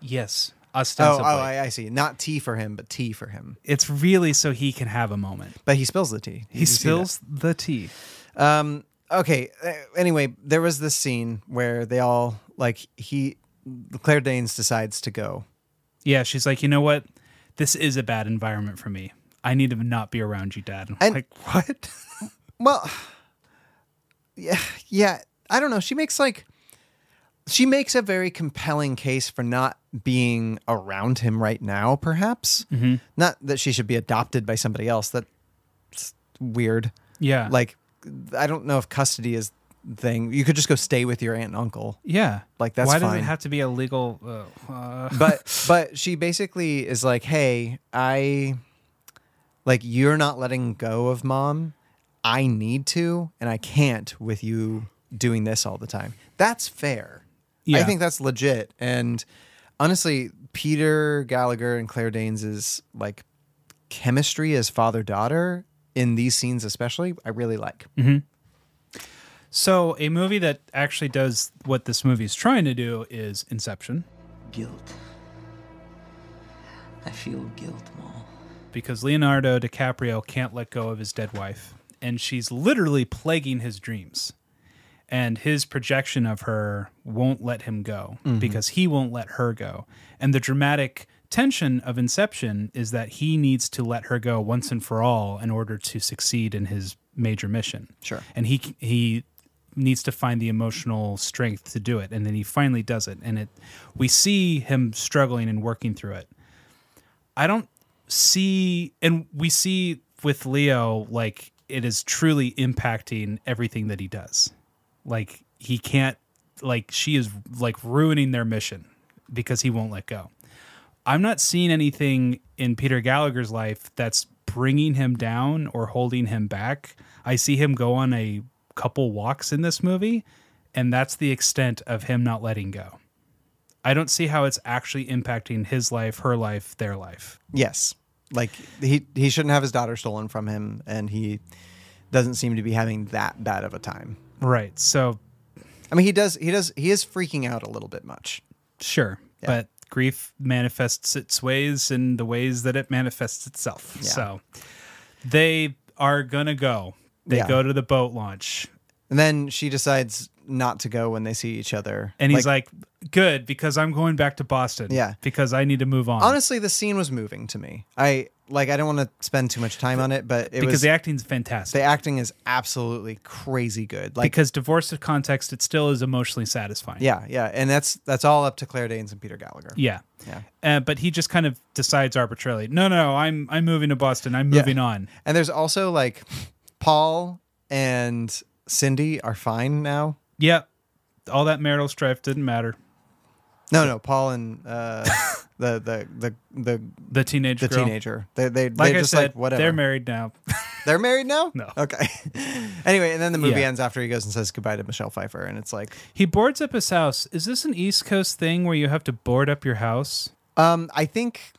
[SPEAKER 2] yes,
[SPEAKER 3] Oh,
[SPEAKER 2] ostensibly.
[SPEAKER 3] oh, I, I see. Not tea for him, but tea for him.
[SPEAKER 2] it's really so he can have a moment.
[SPEAKER 3] But he spills the tea.
[SPEAKER 2] He
[SPEAKER 3] You see
[SPEAKER 2] spills the tea.
[SPEAKER 3] Um. Okay. uh, Anyway, there was this scene where they all like he Claire Danes decides to go.
[SPEAKER 2] Yeah, she's like, you know what? This is a bad environment for me. I need to not be around you, Dad. And I'm
[SPEAKER 3] And-
[SPEAKER 2] like, what?
[SPEAKER 3] Well, yeah, yeah. I don't know. She makes like she makes a very compelling case for not being around him right now. Perhaps
[SPEAKER 2] Mhm.
[SPEAKER 3] not that she should be adopted by somebody else. That's weird.
[SPEAKER 2] Yeah.
[SPEAKER 3] Like, I don't know if custody is the thing. You could just go stay with your aunt and uncle.
[SPEAKER 2] Yeah.
[SPEAKER 3] Like that's
[SPEAKER 2] Why
[SPEAKER 3] fine
[SPEAKER 2] does it have to be a legal? Uh, uh,
[SPEAKER 3] but but she basically is like, "Hey, I like you're not letting go of mom. I need to, and I can't with you doing this all the time." That's fair. I
[SPEAKER 2] Yeah.
[SPEAKER 3] think that's legit. And honestly, Peter Gallagher and Claire Danes' like chemistry as father daughter in these scenes, especially, I really like.
[SPEAKER 2] Mhm. So, a movie that actually does what this movie is trying to do is Inception.
[SPEAKER 13] Guilt. I feel guilt, Mom.
[SPEAKER 2] Because Leonardo DiCaprio can't let go of his dead wife, and she's literally plaguing his dreams. And his projection of her won't let him go
[SPEAKER 14] Mhm.
[SPEAKER 2] because he won't let her go. And the dramatic tension of Inception is that he needs to let her go once and for all in order to succeed in his major mission.
[SPEAKER 3] Sure.
[SPEAKER 2] and he he needs to find the emotional strength to do it and then he finally does it and it we see him struggling and working through it i don't see and we see with leo like it is truly impacting everything that he does like he can't like she is like ruining their mission because he won't let go i'm not seeing anything in peter gallagher's life that's bringing him down or holding him back i see him go on a couple walks in this movie and that's the extent of him not letting go i don't see how it's actually impacting his life her life their life
[SPEAKER 3] Yes. Like he he shouldn't have his daughter stolen from him and he doesn't seem to be having that bad of a time.
[SPEAKER 2] right so
[SPEAKER 3] I mean he does he does he is freaking out a little bit much.
[SPEAKER 2] Sure.
[SPEAKER 3] Yeah.
[SPEAKER 2] But grief manifests its ways in the ways that it manifests itself.
[SPEAKER 3] Yeah.
[SPEAKER 2] So they are going to go. They
[SPEAKER 3] Yeah.
[SPEAKER 2] go to the boat launch.
[SPEAKER 3] And then she decides not to go when they see each other.
[SPEAKER 2] And he's like, good, because I'm going back to Boston.
[SPEAKER 3] Yeah.
[SPEAKER 2] Because I need to move on.
[SPEAKER 3] honestly the scene was moving to me. I like I don't want to spend too much time on it, but it
[SPEAKER 2] because
[SPEAKER 3] was
[SPEAKER 2] the acting's fantastic.
[SPEAKER 3] the acting is absolutely crazy good. Like
[SPEAKER 2] because divorced of context, it still is emotionally satisfying.
[SPEAKER 3] yeah, yeah, and that's that's all up to Claire Danes and Peter Gallagher.
[SPEAKER 2] Yeah.
[SPEAKER 3] Yeah.
[SPEAKER 2] Uh, but he just kind of decides arbitrarily, no, no, I'm I'm moving to Boston. I'm
[SPEAKER 3] Yeah.
[SPEAKER 2] moving on.
[SPEAKER 3] And there's also like Paul and Cindy are fine now.
[SPEAKER 2] Yep. All that marital strife didn't matter.
[SPEAKER 3] No, no, Paul and uh, the, the the the
[SPEAKER 2] The teenage
[SPEAKER 3] the
[SPEAKER 2] girl.
[SPEAKER 3] teenager. They they
[SPEAKER 2] Like
[SPEAKER 3] they're
[SPEAKER 2] I
[SPEAKER 3] just
[SPEAKER 2] said,
[SPEAKER 3] like whatever.
[SPEAKER 2] they're married now.
[SPEAKER 3] They're married now.
[SPEAKER 2] No.
[SPEAKER 3] Okay. anyway, and then the movie
[SPEAKER 2] Yeah.
[SPEAKER 3] ends after he goes and says goodbye to Michelle Pfeiffer, and it's like,
[SPEAKER 2] He boards up his house. Is this an East Coast thing where you have to board up your house?
[SPEAKER 3] um, I think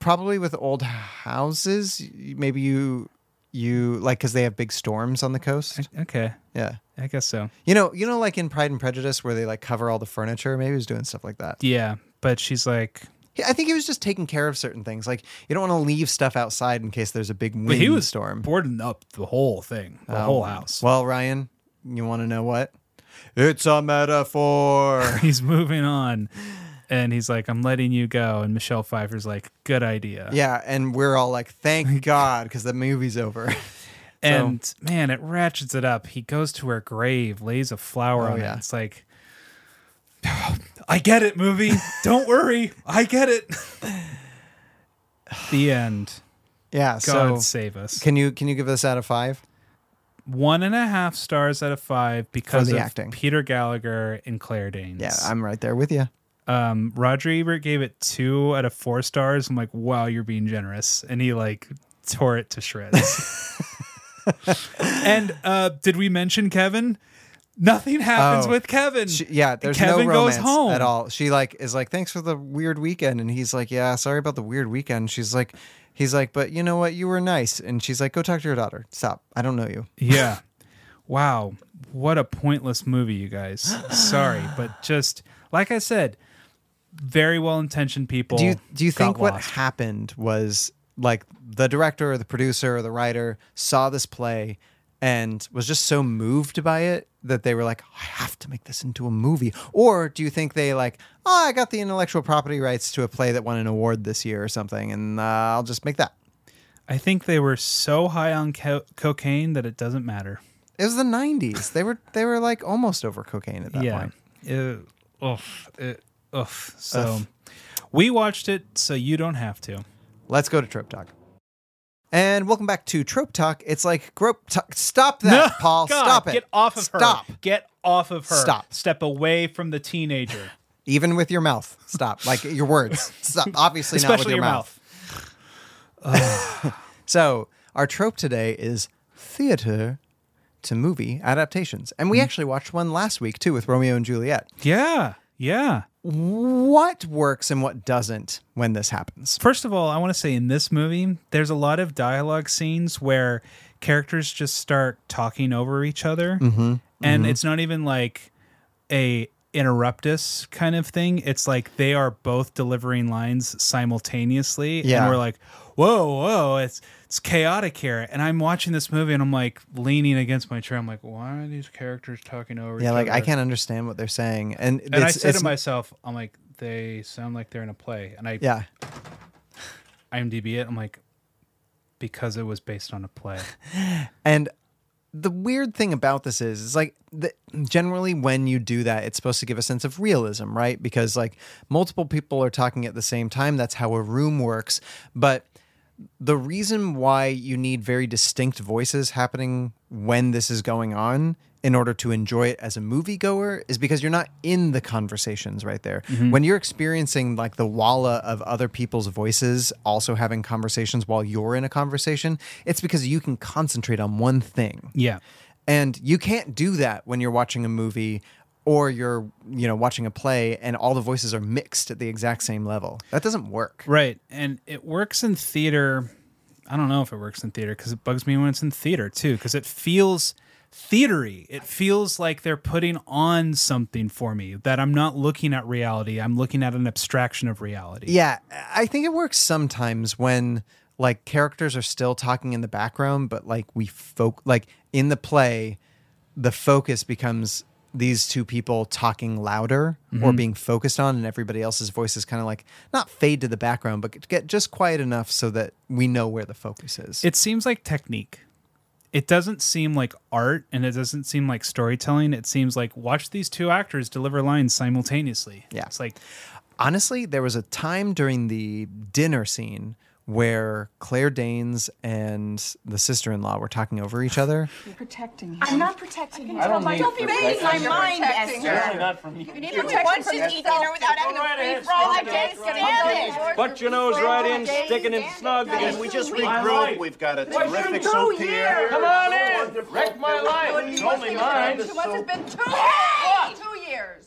[SPEAKER 3] probably with old houses, y- maybe you you like because they have big storms on the coast.
[SPEAKER 2] Okay.
[SPEAKER 3] Yeah.
[SPEAKER 2] I guess so.
[SPEAKER 3] You know, you know, like in Pride and Prejudice, where they like cover all the furniture. Maybe he was doing stuff like that.
[SPEAKER 2] Yeah. But she's like,
[SPEAKER 3] He- I think he was just taking care of certain things. Like you don't want to leave stuff outside in case there's a big
[SPEAKER 2] but he was
[SPEAKER 3] storm.
[SPEAKER 2] boarding up the whole thing, the whole house.
[SPEAKER 3] Well, Ryan, you want to know what? It's a metaphor.
[SPEAKER 2] He's moving on. And he's like, I'm letting you go. And Michelle Pfeiffer's like, good idea.
[SPEAKER 3] yeah, and we're all like, thank God, because the movie's over.
[SPEAKER 2] And man, it ratchets it up. He goes to her grave, lays a flower
[SPEAKER 3] Oh,
[SPEAKER 2] on
[SPEAKER 3] yeah.
[SPEAKER 2] it. It's like, I get it, movie. Don't worry, I get it. the end.
[SPEAKER 3] Yeah.
[SPEAKER 2] God
[SPEAKER 3] so
[SPEAKER 2] save us.
[SPEAKER 3] Can you can you give this out of five?
[SPEAKER 2] One and a half stars out of five because
[SPEAKER 3] the
[SPEAKER 2] of
[SPEAKER 3] acting.
[SPEAKER 2] Peter Gallagher and Claire Danes.
[SPEAKER 3] Yeah, I'm right there with you.
[SPEAKER 2] um Roger Ebert gave it two out of four stars. I'm like, wow, you're being generous. And he like tore it to shreds. and uh did we mention Kevin? Nothing happens
[SPEAKER 3] Oh.
[SPEAKER 2] with Kevin.
[SPEAKER 3] She- yeah, there's
[SPEAKER 2] Kevin
[SPEAKER 3] no romance
[SPEAKER 2] goes home.
[SPEAKER 3] at all. She like is like, thanks for the weird weekend, and he's like, yeah, sorry about the weird weekend. She's like, he's like, but you know what? You were nice, and she's like, go talk to your daughter. Stop. I don't know you.
[SPEAKER 2] Yeah. Wow. What a pointless movie, you guys. Sorry, but just like I said, very well intentioned people.
[SPEAKER 3] do you do you
[SPEAKER 2] got
[SPEAKER 3] think what
[SPEAKER 2] lost.
[SPEAKER 3] happened was like the director or the producer or the writer saw this play and was just so moved by it that they were like i have to make this into a movie or do you think they like oh i got the intellectual property rights to a play that won an award this year or something and uh, i'll just make that
[SPEAKER 2] I think they were so high on co- cocaine that it doesn't matter.
[SPEAKER 3] it was the 90s they were they were like almost over cocaine at that point
[SPEAKER 2] It, oof, it, oof. So we watched it, so you don't have to.
[SPEAKER 3] let's go to trope talk and welcome back to trope talk it's like grope talk stop that paul
[SPEAKER 2] God,
[SPEAKER 3] stop it
[SPEAKER 2] Get off of
[SPEAKER 3] stop
[SPEAKER 2] her. Get off of her.
[SPEAKER 3] Stop.
[SPEAKER 2] Step away from the teenager.
[SPEAKER 3] even with your mouth. Stop. Like your words. Stop. Obviously not with
[SPEAKER 2] Especially
[SPEAKER 3] your,
[SPEAKER 2] your
[SPEAKER 3] mouth. so our trope today is theater to movie adaptations. And
[SPEAKER 2] Hmm.
[SPEAKER 3] we actually watched one last week too with Romeo and Juliet.
[SPEAKER 2] yeah. Yeah.
[SPEAKER 3] What works and what doesn't when this happens?
[SPEAKER 2] First of all, I want to say in this movie, there's a lot of dialogue scenes where characters just start talking over each other.
[SPEAKER 3] Mm-hmm.
[SPEAKER 2] and it's not even like a interrupt us kind of thing it's like they are both delivering lines simultaneously
[SPEAKER 3] Yeah.
[SPEAKER 2] and we're like whoa whoa it's it's chaotic here and i'm watching this movie and i'm like leaning against my chair i'm like why are these characters talking over
[SPEAKER 3] yeah,
[SPEAKER 2] each
[SPEAKER 3] like I
[SPEAKER 2] other?
[SPEAKER 3] can't understand what they're saying. And,
[SPEAKER 2] and i said to myself i'm like they sound like they're in a play and i
[SPEAKER 3] Yeah.
[SPEAKER 2] imdb it i'm like because it was based on a play
[SPEAKER 3] And the weird thing about this is, is like the, generally when you do that, it's supposed to give a sense of realism, right? Because like multiple people are talking at the same time. That's how a room works. But the reason why you need very distinct voices happening when this is going on in order to enjoy it as a moviegoer is because you're not in the conversations right there. When you're experiencing like the walla of other people's voices also having conversations while you're in a conversation, it's because you can concentrate on one thing.
[SPEAKER 2] yeah
[SPEAKER 3] And you can't do that when you're watching a movie or you're, you know, watching a play and all the voices are mixed at the exact same level. That doesn't work.
[SPEAKER 2] Right. And it works in theater. I don't know if it works in theater because it bugs me when it's in theater too, because it feels theatery. It feels like they're putting on something for me that I'm not looking at reality. I'm looking at an abstraction of reality.
[SPEAKER 3] Yeah, I think it works sometimes when like characters are still talking in the background, but like we folk like in the play, the focus becomes these two people talking louder or
[SPEAKER 2] Mhm.
[SPEAKER 3] being focused on, and everybody else's voice is kind of like not fade to the background, but get just quiet enough so that we know where the focus is.
[SPEAKER 2] It seems like technique. It doesn't seem like art and it doesn't seem like storytelling. It seems like watch these two actors deliver lines simultaneously.
[SPEAKER 3] Yeah.
[SPEAKER 2] It's like,
[SPEAKER 3] honestly, there was a time during the dinner scene where Claire Danes and the sister-in-law were talking over each other.
[SPEAKER 9] You're protecting him.
[SPEAKER 11] I'm not protecting you.
[SPEAKER 9] I don't need
[SPEAKER 11] don't be
[SPEAKER 9] protection.
[SPEAKER 11] reading my
[SPEAKER 9] You're
[SPEAKER 11] mind,
[SPEAKER 9] protecting her.
[SPEAKER 11] Esther.
[SPEAKER 9] Really
[SPEAKER 11] not
[SPEAKER 9] from
[SPEAKER 11] You need
[SPEAKER 9] You're
[SPEAKER 11] protection once
[SPEAKER 9] protecting
[SPEAKER 11] to eat dinner without having a free for all. I can't stand it.
[SPEAKER 12] Put your nose right in, sticking and snug because we just regroup. We've got a terrific soap here. Come on in. Wreck my life. It's only mine.
[SPEAKER 11] She must have been two years. Two years.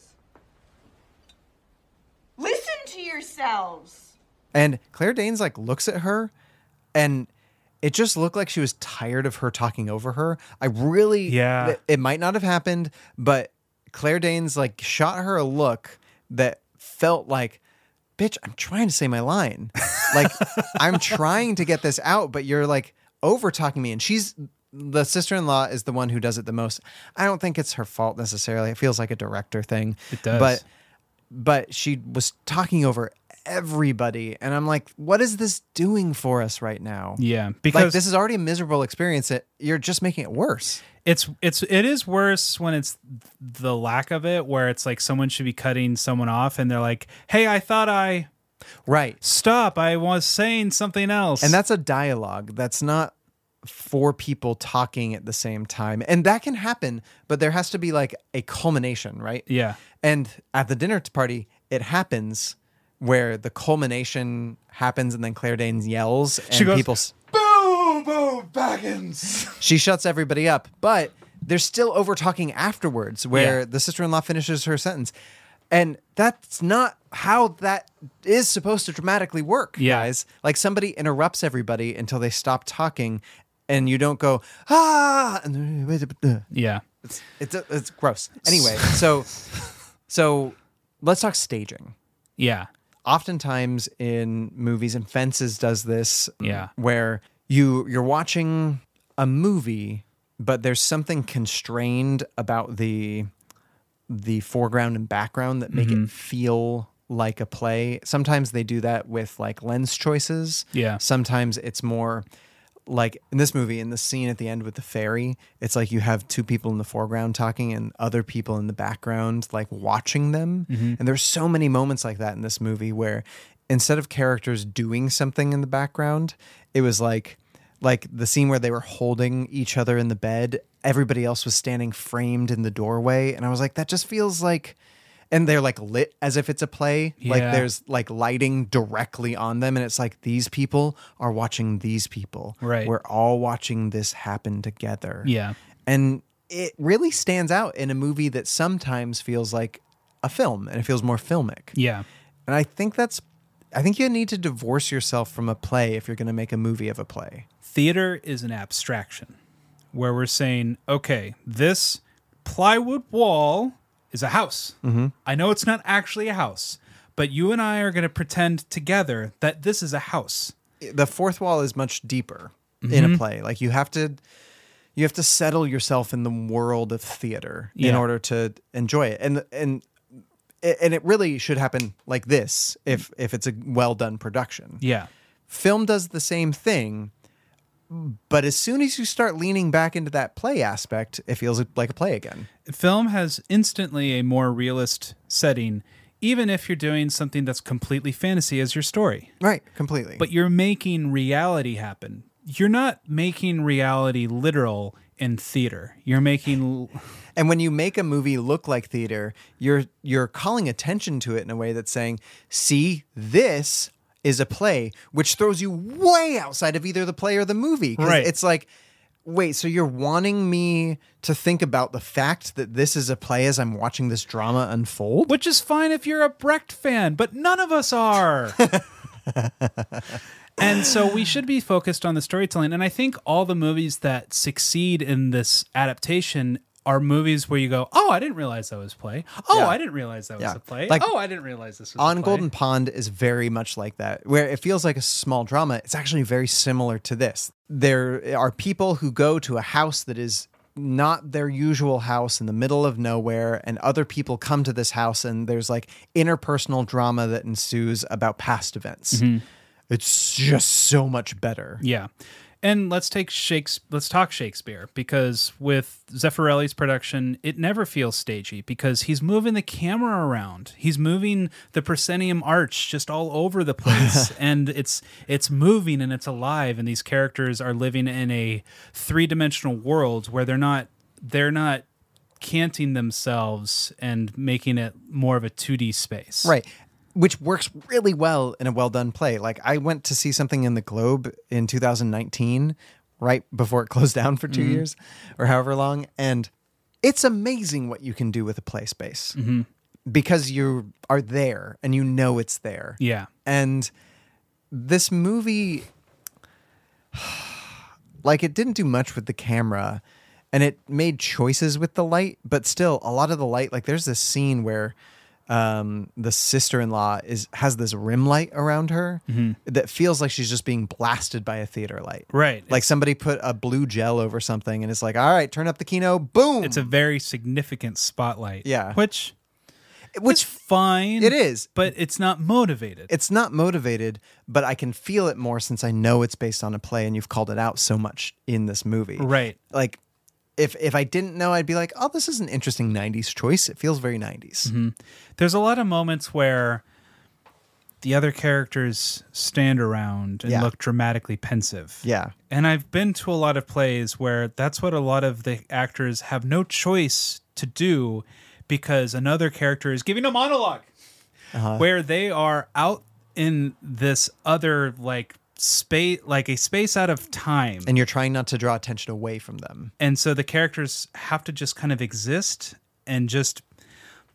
[SPEAKER 11] Listen to yourselves.
[SPEAKER 3] And Claire Danes like looks at her and it just looked like she was tired of her talking over her. I really
[SPEAKER 2] Yeah.
[SPEAKER 3] th- it might not have happened, but Claire Danes like shot her a look that felt like bitch, I'm trying to say my line. Like I'm trying to get this out, but you're like over talking me and she's the sister-in-law is the one who does it the most. I don't think it's her fault necessarily. It feels like a director thing.
[SPEAKER 2] It does.
[SPEAKER 3] But but she was talking over everybody. And I'm like, what is this doing for us right now?
[SPEAKER 2] Yeah,
[SPEAKER 3] Because
[SPEAKER 2] because
[SPEAKER 3] like, this is already a miserable experience. That you're just making it worse.
[SPEAKER 2] it's it's it is worse when it's the lack of it, where it's like someone should be cutting someone off, and they're like, "Hey, I thought I."
[SPEAKER 3] Right.
[SPEAKER 2] Stop! I was saying something else,
[SPEAKER 3] And that's a dialogue. That's not four people talking at the same time. And that can happen, but there has to be like a culmination, right?
[SPEAKER 2] Yeah.
[SPEAKER 3] And at the dinner party, it happens where the culmination happens and then Claire Danes yells and
[SPEAKER 2] She goes,
[SPEAKER 3] people s-
[SPEAKER 2] Boom, boom, Baggins.
[SPEAKER 3] she shuts everybody up, but they're still over talking afterwards where the sister-in-law finishes her sentence. And that's not how that is supposed to dramatically work, guys. Like somebody interrupts everybody until they stop talking and you don't go, ah, and-
[SPEAKER 2] Yeah.
[SPEAKER 3] It's, it's, it's gross. Anyway, so so let's talk staging.
[SPEAKER 2] Yeah.
[SPEAKER 3] Oftentimes in movies and Fences does this mm,
[SPEAKER 2] Yeah.
[SPEAKER 3] where you you're watching a movie but there's something constrained about the the foreground and background that make
[SPEAKER 2] Mhm.
[SPEAKER 3] it feel like a play. Sometimes they do that with like lens choices.
[SPEAKER 2] Yeah.
[SPEAKER 3] Sometimes it's more like in this movie, in the scene at the end with the fairy, it's like you have two people in the foreground talking and other people in the background, like watching them.
[SPEAKER 2] Mhm.
[SPEAKER 3] And there's so many moments like that in this movie where instead of characters doing something in the background, it was like like the scene where they were holding each other in the bed, everybody else was standing framed in the doorway. And I was like, that just feels like and they're like lit as if it's a play. Like
[SPEAKER 2] Yeah.
[SPEAKER 3] there's like lighting directly on them. And it's like these people are watching these people.
[SPEAKER 2] Right.
[SPEAKER 3] We're all watching this happen together.
[SPEAKER 2] Yeah.
[SPEAKER 3] And it really stands out in a movie that sometimes feels like a film and it feels more filmic.
[SPEAKER 2] Yeah.
[SPEAKER 3] And I think that's, I think you need to divorce yourself from a play if you're going to make a movie of a play.
[SPEAKER 2] Theater is an abstraction where we're saying, okay, this plywood wall is a house.
[SPEAKER 3] Mhm.
[SPEAKER 2] I know it's not actually a house, but you and I are going to pretend together that this is a house.
[SPEAKER 3] The fourth wall is much deeper in a
[SPEAKER 2] Mhm.
[SPEAKER 3] play. Like you have to, you have to settle yourself in the world of theater in
[SPEAKER 2] Yeah.
[SPEAKER 3] order to enjoy it. And, and, and it really should happen like this if if it's a well done production.
[SPEAKER 2] Yeah.
[SPEAKER 3] film does the same thing but as soon as you start leaning back into that play aspect it feels like a play again
[SPEAKER 2] Film has instantly a more realist setting, even if you're doing something that's completely fantasy as your story.
[SPEAKER 3] right completely
[SPEAKER 2] But you're making reality happen. You're not making reality literal in theater. You're making
[SPEAKER 3] and when you make a movie look like theater you're you're calling attention to it in a way that's saying see this is a play which throws you way outside of either the play or the movie 'Cause
[SPEAKER 2] Right.
[SPEAKER 3] it's like wait so you're wanting me to think about the fact that this is a play as i'm watching this drama unfold
[SPEAKER 2] which is fine if you're a Brecht fan, but none of us are. and so we should be focused on the storytelling. And I think all the movies that succeed in this adaptation are movies where you go, "Oh, I didn't realize that was play. Oh,
[SPEAKER 3] Yeah.
[SPEAKER 2] I didn't realize that
[SPEAKER 3] Yeah.
[SPEAKER 2] was a play.
[SPEAKER 3] Like,
[SPEAKER 2] oh, I didn't realize this was
[SPEAKER 3] on
[SPEAKER 2] a play.
[SPEAKER 3] Golden Pond is very much like that, where it feels like a small drama. It's actually very similar to this. There are people who go to a house that is not their usual house in the middle of nowhere, and other people come to this house, and there's like interpersonal drama that ensues about past events.
[SPEAKER 2] Mhm.
[SPEAKER 3] It's just so much better.
[SPEAKER 2] Yeah. And let's take Shakespeare. Let's talk Shakespeare because with Zeffirelli's production, it never feels stagey because he's moving the camera around. He's moving the proscenium arch just all over the place, and it's it's moving and it's alive. And these characters are living in a three dimensional world where they're not they're not canting themselves and making it more of a two D space.
[SPEAKER 3] Right. Which works really well in a well done play. Like I went to see something in the Globe in 2019, right before it closed down for 2
[SPEAKER 2] Mhm.
[SPEAKER 3] years or however long, and it's amazing what you can do with a play space
[SPEAKER 2] Mhm.
[SPEAKER 3] because you are there and you know it's there.
[SPEAKER 2] Yeah.
[SPEAKER 3] And this movie like it didn't do much with the camera and it made choices with the light but still a lot of the light like there's this scene where um the sister-in-law is has this rim light around her
[SPEAKER 2] Mhm.
[SPEAKER 3] that feels like she's just being blasted by a theater light
[SPEAKER 2] Right.
[SPEAKER 3] like somebody put a blue gel over something and it's like all right turn up the kino boom
[SPEAKER 2] It's a very significant spotlight.
[SPEAKER 3] yeah
[SPEAKER 2] Which which fine.
[SPEAKER 3] It is,
[SPEAKER 2] but it's not motivated.
[SPEAKER 3] It's not motivated, but I can feel it more since I know it's based on a play, and you've called it out so much in this movie.
[SPEAKER 2] Right.
[SPEAKER 3] Like, if if I didn't know, I'd be like, oh, this is an interesting '90s choice. It feels very '90s.
[SPEAKER 2] Mhm. There's a lot of moments where the other characters stand around and
[SPEAKER 3] Yeah.
[SPEAKER 2] look dramatically pensive.
[SPEAKER 3] Yeah.
[SPEAKER 2] And I've been to a lot of plays where that's what a lot of the actors have no choice to do because another character is giving a monologue
[SPEAKER 3] Uh-huh.
[SPEAKER 2] where they are out in this other like space like a space out of time
[SPEAKER 3] and you're trying not to draw attention away from them.
[SPEAKER 2] and so the characters have to just kind of exist and just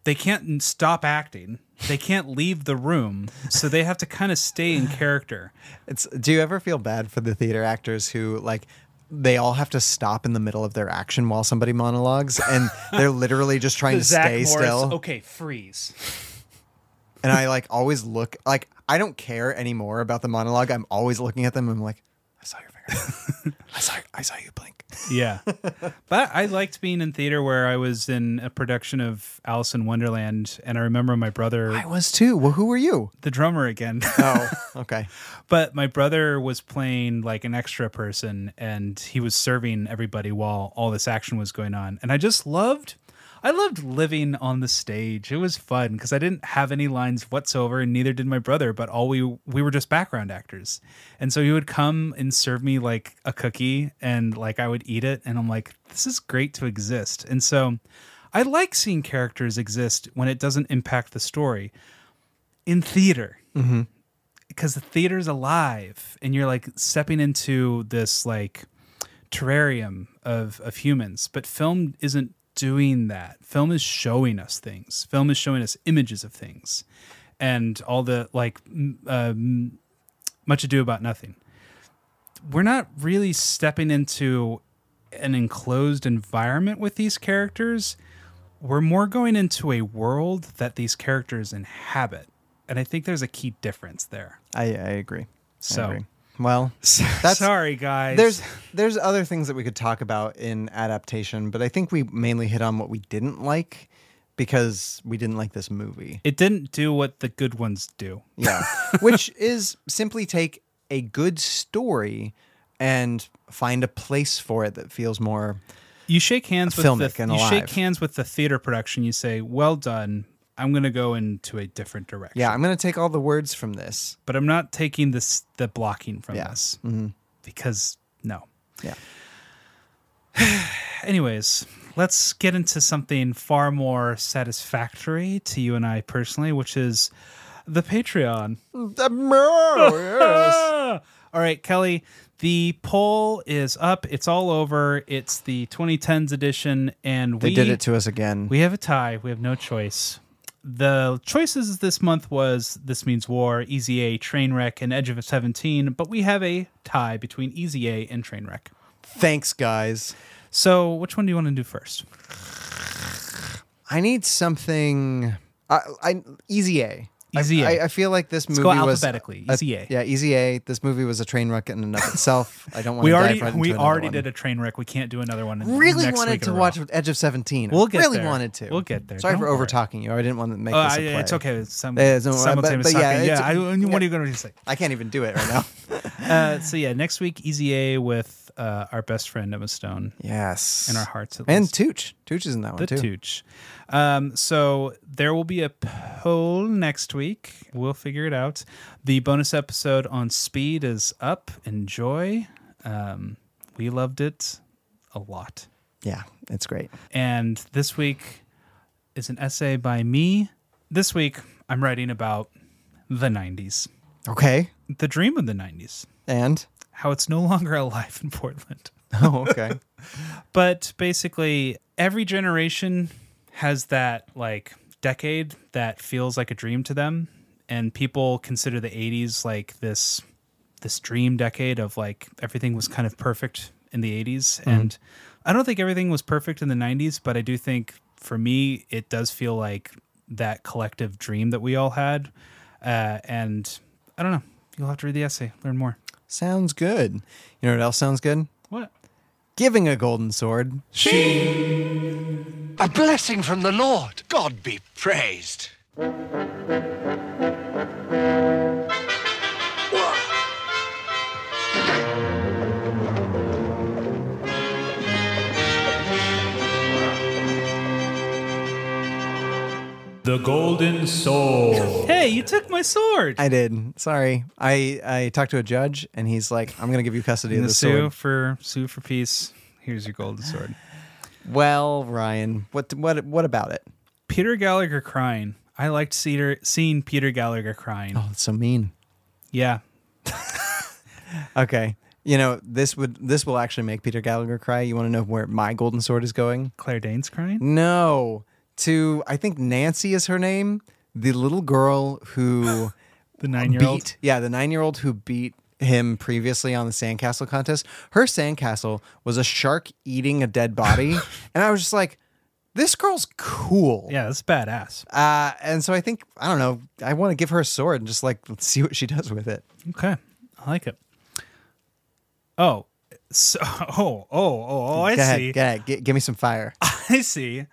[SPEAKER 2] they can't stop acting they can't leave the room so they have to kind of stay in character
[SPEAKER 3] It's do you ever feel bad for the theater actors who like they all have to stop in the middle of their action while somebody monologues and they're literally just trying
[SPEAKER 2] The
[SPEAKER 3] to
[SPEAKER 2] Zach
[SPEAKER 3] stay
[SPEAKER 2] Morris,
[SPEAKER 3] still.
[SPEAKER 2] okay freeze
[SPEAKER 3] And I like always look like I don't care anymore about the monologue. I'm always looking at them and I'm like, I saw your finger. I saw I saw you blink.
[SPEAKER 2] yeah but i liked being in theater where i was in a production of alice in wonderland and i remember my brother
[SPEAKER 3] I was too. Well, who were you?
[SPEAKER 2] the drummer again
[SPEAKER 3] Oh, okay.
[SPEAKER 2] but my brother was playing like an extra person and he was serving everybody while all this action was going on and i just loved i loved living on the stage it was fun because i didn't have any lines whatsoever and neither did my brother but all we we were just background actors and so he would come and serve me like a cookie and like i would eat it and i'm like this is great to exist and so i like seeing characters exist when it doesn't impact the story in theater
[SPEAKER 3] Mm-hmm.
[SPEAKER 2] because the theater's alive and you're like stepping into this like terrarium of of humans but film isn't doing that film is showing us things film is showing us images of things and all the like m- um, much ado about nothing we're not really stepping into an enclosed environment with these characters we're more going into a world that these characters inhabit and i think there's a key difference there
[SPEAKER 3] I, I agree. I
[SPEAKER 2] So-
[SPEAKER 3] agree. well,
[SPEAKER 2] that's Oh. sorry guys
[SPEAKER 3] There's there's other things that we could talk about in adaptation, but I think we mainly hit on what we didn't like because we didn't like this movie.
[SPEAKER 2] it didn't do what the good ones do
[SPEAKER 3] Yeah. Which is simply take a good story and find a place for it that feels more
[SPEAKER 2] you shake hands with
[SPEAKER 3] Filmic
[SPEAKER 2] the
[SPEAKER 3] and
[SPEAKER 2] you shake
[SPEAKER 3] alive.
[SPEAKER 2] hands with the theater production you say well done i'm going to go into a different direction
[SPEAKER 3] Yeah, I'm going to take all the words from this.
[SPEAKER 2] but i'm not taking this the blocking from
[SPEAKER 3] Yeah.
[SPEAKER 2] this
[SPEAKER 3] Mhm.
[SPEAKER 2] because no
[SPEAKER 3] Yeah.
[SPEAKER 2] anyways let's get into something far more satisfactory to you and i personally which is the patreon all right, Kelly, the poll is up. It's all over. It's the 2010s edition, and
[SPEAKER 3] They
[SPEAKER 2] we
[SPEAKER 3] did it to us again.
[SPEAKER 2] We have a tie. We have no choice. The choices this month was This Means War, Easy A, Trainwreck, and Edge of 17, but we have a tie between Easy A and Trainwreck.
[SPEAKER 3] Thanks, guys.
[SPEAKER 2] So, which one do you want to do first?
[SPEAKER 3] I need something. I, I easy A. I-
[SPEAKER 2] Easy A.
[SPEAKER 3] I, I feel like this
[SPEAKER 2] Let's
[SPEAKER 3] movie
[SPEAKER 2] go
[SPEAKER 3] was
[SPEAKER 2] alphabetically.
[SPEAKER 3] a-
[SPEAKER 2] Easy A.
[SPEAKER 3] yeah, easy A. This movie was a train wreck in and of itself. I don't want
[SPEAKER 2] We
[SPEAKER 3] to
[SPEAKER 2] already
[SPEAKER 3] dive right into
[SPEAKER 2] we
[SPEAKER 3] another
[SPEAKER 2] already
[SPEAKER 3] one.
[SPEAKER 2] did a Trainwreck. We can't do another one.
[SPEAKER 3] Really
[SPEAKER 2] next
[SPEAKER 3] wanted
[SPEAKER 2] week in
[SPEAKER 3] to
[SPEAKER 2] a row.
[SPEAKER 3] watch Edge of Seventeen.
[SPEAKER 2] We'll get
[SPEAKER 3] really
[SPEAKER 2] there.
[SPEAKER 3] wanted to.
[SPEAKER 2] We'll get there.
[SPEAKER 3] Sorry
[SPEAKER 2] Don't
[SPEAKER 3] for
[SPEAKER 2] worry.
[SPEAKER 3] over talking you. I didn't want to make
[SPEAKER 2] Oh,
[SPEAKER 3] this a
[SPEAKER 2] I-
[SPEAKER 3] play.
[SPEAKER 2] it's okay. It's some-
[SPEAKER 3] Yeah, it's no-
[SPEAKER 2] simultaneous talking. Yeah,
[SPEAKER 3] it's-
[SPEAKER 2] I- what are you gonna say?
[SPEAKER 3] I can't even do it right now.
[SPEAKER 2] uh, so yeah, next week Easy A with uh, our best friend Emma Stone.
[SPEAKER 3] Yes,
[SPEAKER 2] in our hearts at
[SPEAKER 3] and
[SPEAKER 2] least.
[SPEAKER 3] Tooch. Tooch is in that one
[SPEAKER 2] the
[SPEAKER 3] too.
[SPEAKER 2] Tooch. Um, so there will be a poll next week. We'll figure it out. The bonus episode on speed is up. Enjoy. Um, we loved it a lot.
[SPEAKER 3] Yeah, it's great.
[SPEAKER 2] And this week is an essay by me. This week I'm writing about the 90s,
[SPEAKER 3] Okay,
[SPEAKER 2] the dream of the 90s,
[SPEAKER 3] and
[SPEAKER 2] how it's no longer alive in Portland.
[SPEAKER 3] oh, okay.
[SPEAKER 2] but basically every generation has that like decade that feels like a dream to them and people consider the 80s like this this dream decade of like everything was kind of perfect in the 80s and i don't think everything was perfect in the 90s but i do think for me it does feel like that collective dream that we all had uh, and i don't know you'll have to read the essay learn more
[SPEAKER 3] Sounds good. You know what else sounds good?
[SPEAKER 2] What?
[SPEAKER 3] Giving a golden sword. She.
[SPEAKER 14] A blessing from the Lord. God be praised.
[SPEAKER 15] The Golden Soul.
[SPEAKER 2] Hey, you took my sword.
[SPEAKER 3] I did. Sorry. I I talked to a judge and he's like, "I'm gonna give you custody
[SPEAKER 2] And
[SPEAKER 3] of
[SPEAKER 2] the
[SPEAKER 3] the
[SPEAKER 2] sue
[SPEAKER 3] sword."
[SPEAKER 2] for sue for peace. Here's your golden sword.
[SPEAKER 3] Well, Ryan, what what what about it?
[SPEAKER 2] Peter Gallagher crying. I liked Cedar, seeing Peter Gallagher crying.
[SPEAKER 3] Oh, that's so mean.
[SPEAKER 2] Yeah.
[SPEAKER 3] Okay. You know this would this will actually make Peter Gallagher cry. You want to know where my golden sword is going?
[SPEAKER 2] Claire Danes crying?
[SPEAKER 3] No, to I think Nancy is her name, the little girl who
[SPEAKER 2] the nine-year-old?
[SPEAKER 3] Yeah, the nine-year-old who beat him previously on the sandcastle contest. Her sandcastle was a shark eating a dead body, and I was just like, "This girl's cool."
[SPEAKER 2] Yeah, that's badass.
[SPEAKER 3] Uh, and so I think I don't know. I want to give her a sword and just like let's see what she does with it.
[SPEAKER 2] Okay. I like it. Oh. So oh, oh, oh, oh I
[SPEAKER 3] Go ahead,
[SPEAKER 2] see. Ah.
[SPEAKER 3] go ahead. Gi- give me some fire.
[SPEAKER 2] I see.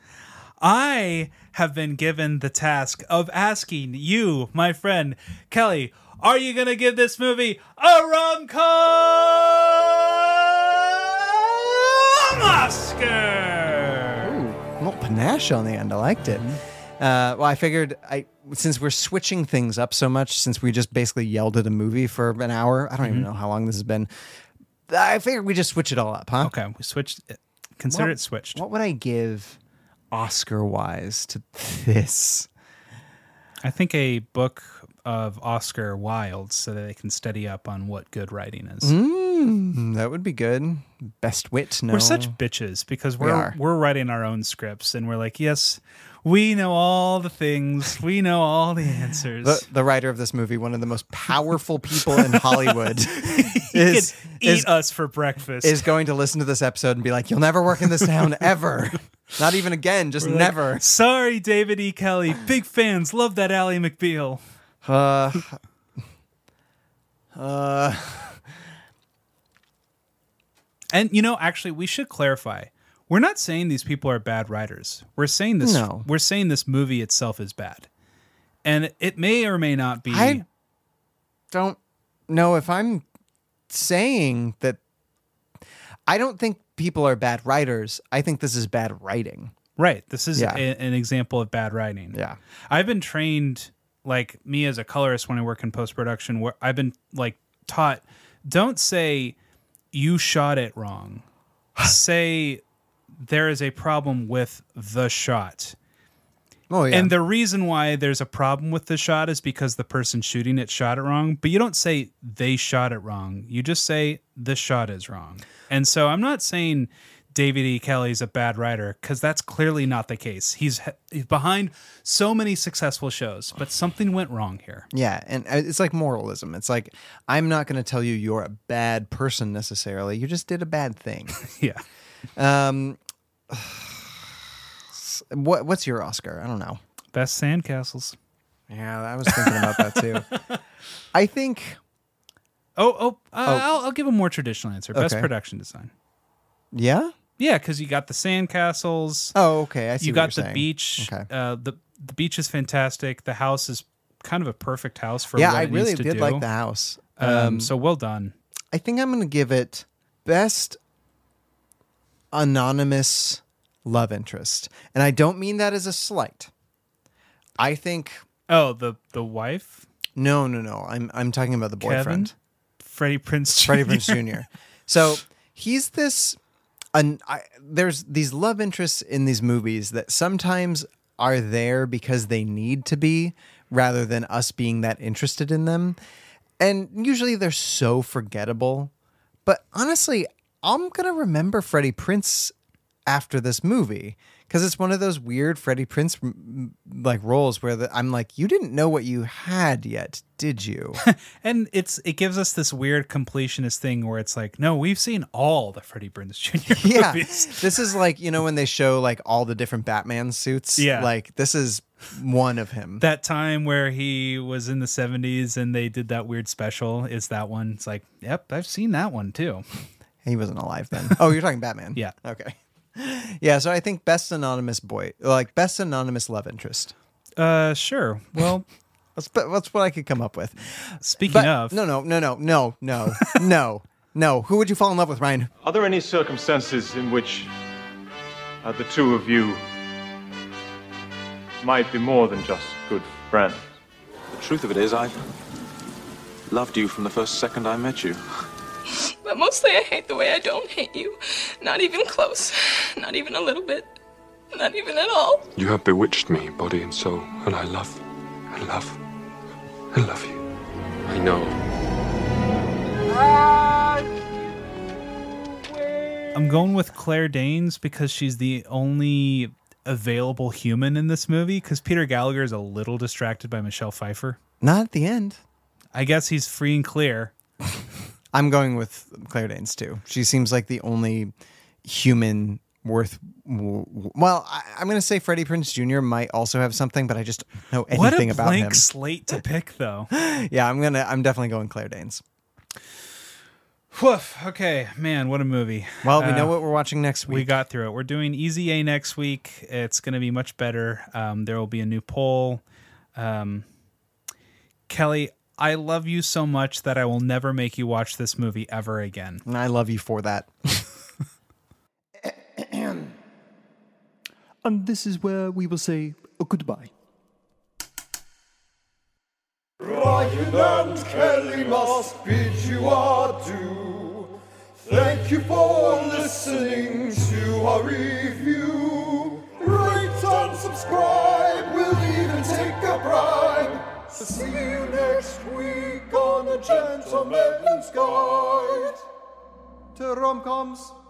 [SPEAKER 2] I have been given the task of asking you, my friend Kelly, are you going to give this movie a rom com Oscar?
[SPEAKER 3] A little panache on the end. I liked it.
[SPEAKER 2] Mm-hmm.
[SPEAKER 3] Uh, well, I figured I since we're switching things up so much, since we just basically yelled at a movie for an hour. I don't even
[SPEAKER 2] Mhm.
[SPEAKER 3] know how long this has been. I figured we just switch it all up, huh?
[SPEAKER 2] Okay, we switched. It. Consider it switched.
[SPEAKER 3] What would I give Oscar wise to this?
[SPEAKER 2] I think a book of Oscar Wilde so that they can study up on what good writing is.
[SPEAKER 3] Mm, that would be good. Best wit. No,
[SPEAKER 2] Hmm. We're such bitches because
[SPEAKER 3] We
[SPEAKER 2] we're we
[SPEAKER 3] are.
[SPEAKER 2] are we are writing our own scripts and we're like, yes, we know all the things, we know all the answers.
[SPEAKER 3] the, the writer of this movie, one of the most powerful people in Hollywood,
[SPEAKER 2] he
[SPEAKER 3] is,
[SPEAKER 2] could eat
[SPEAKER 3] is,
[SPEAKER 2] us for breakfast.
[SPEAKER 3] is going to listen to this episode and be like, "You'll never work in this town ever, not even again, just
[SPEAKER 2] We're like,
[SPEAKER 3] never."
[SPEAKER 2] Sorry, David E. Kelly. Big fans. Love that Ally McBeal.
[SPEAKER 3] Uh, uh,
[SPEAKER 2] and you know, actually, we should clarify. We're not saying these people are bad writers. We're saying this.
[SPEAKER 3] No.
[SPEAKER 2] We're saying this movie itself is bad, and it may or may not be.
[SPEAKER 3] I don't know if I'm saying that. I don't think people are bad writers. I think this is bad writing.
[SPEAKER 2] Right. This is
[SPEAKER 3] Yeah.
[SPEAKER 2] a- an example of bad writing.
[SPEAKER 3] Yeah.
[SPEAKER 2] I've been trained, like me as a colorist when I work in post production, where I've been like taught don't say you shot it wrong. say there is a problem with the shot.
[SPEAKER 3] Oh, yeah.
[SPEAKER 2] And the reason why there's a problem with the shot is because the person shooting it shot it wrong. But you don't say they shot it wrong. You just say the shot is wrong. And so I'm not saying David E. Kelly's a bad writer because that's clearly not the case. He's, he's behind so many successful shows, but something went wrong here.
[SPEAKER 3] Yeah, and I- it's like moralism. It's like I'm not going to tell you you're a bad person necessarily. You just did a bad thing.
[SPEAKER 2] yeah.
[SPEAKER 3] Um. What What's your Oscar? I don't know.
[SPEAKER 2] Best sandcastles.
[SPEAKER 3] Yeah, I was thinking about that too. I think.
[SPEAKER 2] Oh, oh, uh,
[SPEAKER 3] Oh.
[SPEAKER 2] I'll, I'll give a more traditional answer. Best
[SPEAKER 3] Okay.
[SPEAKER 2] production design.
[SPEAKER 3] Yeah.
[SPEAKER 2] Yeah, because you got the sandcastles.
[SPEAKER 3] Oh, okay. I see
[SPEAKER 2] You
[SPEAKER 3] what
[SPEAKER 2] got
[SPEAKER 3] you're
[SPEAKER 2] the
[SPEAKER 3] saying.
[SPEAKER 2] beach.
[SPEAKER 3] Okay.
[SPEAKER 2] Uh, the the beach is fantastic. The house is kind of a perfect house for
[SPEAKER 3] yeah,
[SPEAKER 2] What
[SPEAKER 3] I
[SPEAKER 2] it needs
[SPEAKER 3] really
[SPEAKER 2] to
[SPEAKER 3] did
[SPEAKER 2] do.
[SPEAKER 3] like the house.
[SPEAKER 2] Um, so well done.
[SPEAKER 3] I think I'm going to give it best anonymous love interest, and I don't mean that as a slight. I think
[SPEAKER 2] Oh, the the wife,
[SPEAKER 3] no, no, no. I'm I'm talking about the boyfriend.
[SPEAKER 2] Kevin, Freddie Prince, Jr.
[SPEAKER 3] Freddie Prince Jr. So he's this, and I, there's these love interests in these movies that sometimes are there because they need to be, rather than us being that interested in them. And usually they're so forgettable. But honestly, I'm gonna remember Freddie Prince after this movie because it's one of those weird Freddie Prince m- like roles where the, I'm like, you didn't know what you had yet, did you?
[SPEAKER 2] and it's it gives us this weird completionist thing where it's like, no, we've seen all the Freddie Prince Jr.
[SPEAKER 3] yeah
[SPEAKER 2] movies.
[SPEAKER 3] this is like you know when they show like all the different batman suits
[SPEAKER 2] Yeah.
[SPEAKER 3] like this is one of him
[SPEAKER 2] That time where he was in the '70s and they did that weird special is that one. It's like, yep, I've seen that one too.
[SPEAKER 3] he wasn't alive then oh you're talking batman
[SPEAKER 2] Yeah.
[SPEAKER 3] okay yeah, so I think best anonymous boy, like best anonymous love interest.
[SPEAKER 2] Uh, sure. Well,
[SPEAKER 3] that's that's what I could come up with.
[SPEAKER 2] Speaking
[SPEAKER 3] But-
[SPEAKER 2] of,
[SPEAKER 3] no, no, no, no, no, no, no, no. Who would you fall in love with, Ryan?
[SPEAKER 16] Are there any circumstances in which uh, the two of you might be more than just good friends?
[SPEAKER 17] The truth of it is, I loved you from the first second I met you.
[SPEAKER 18] But mostly I hate the way I don't hate you. Not even close. Not even a little bit. Not even at all.
[SPEAKER 19] You have bewitched me, body and soul, and I love, I love, I love you. I know.
[SPEAKER 2] I'm going with Claire Danes because she's the only available human in this movie. Because Peter Gallagher is a little distracted by Michelle Pfeiffer.
[SPEAKER 3] Not at the end.
[SPEAKER 2] I guess he's free and clear.
[SPEAKER 3] I'm going with Claire Danes too. She seems like the only human worth. Well, I, I'm going to say Freddie Prince Jr. might also have something, but I just don't know
[SPEAKER 2] what a
[SPEAKER 3] anything about
[SPEAKER 2] blank
[SPEAKER 3] him.
[SPEAKER 2] slate to pick, though.
[SPEAKER 3] yeah, I'm gonna. I'm definitely going Claire Danes.
[SPEAKER 2] Woof. Okay, man, what a movie.
[SPEAKER 3] Well, we know
[SPEAKER 2] Uh,
[SPEAKER 3] what we're watching next week.
[SPEAKER 2] We got through it. We're doing Easy A next week. It's going to be much better. Um, there will be a new poll. Um, Kelly, I love you so much that I will never make you watch this movie ever again.
[SPEAKER 3] And I love you for that.
[SPEAKER 20] And this is where we will say goodbye.
[SPEAKER 21] Ryan and Kelly must bid you adieu. Thank you for listening to our review. Rate and subscribe, we'll even take a bribe. See you next week on the Gentleman's Guide to Rom-Coms.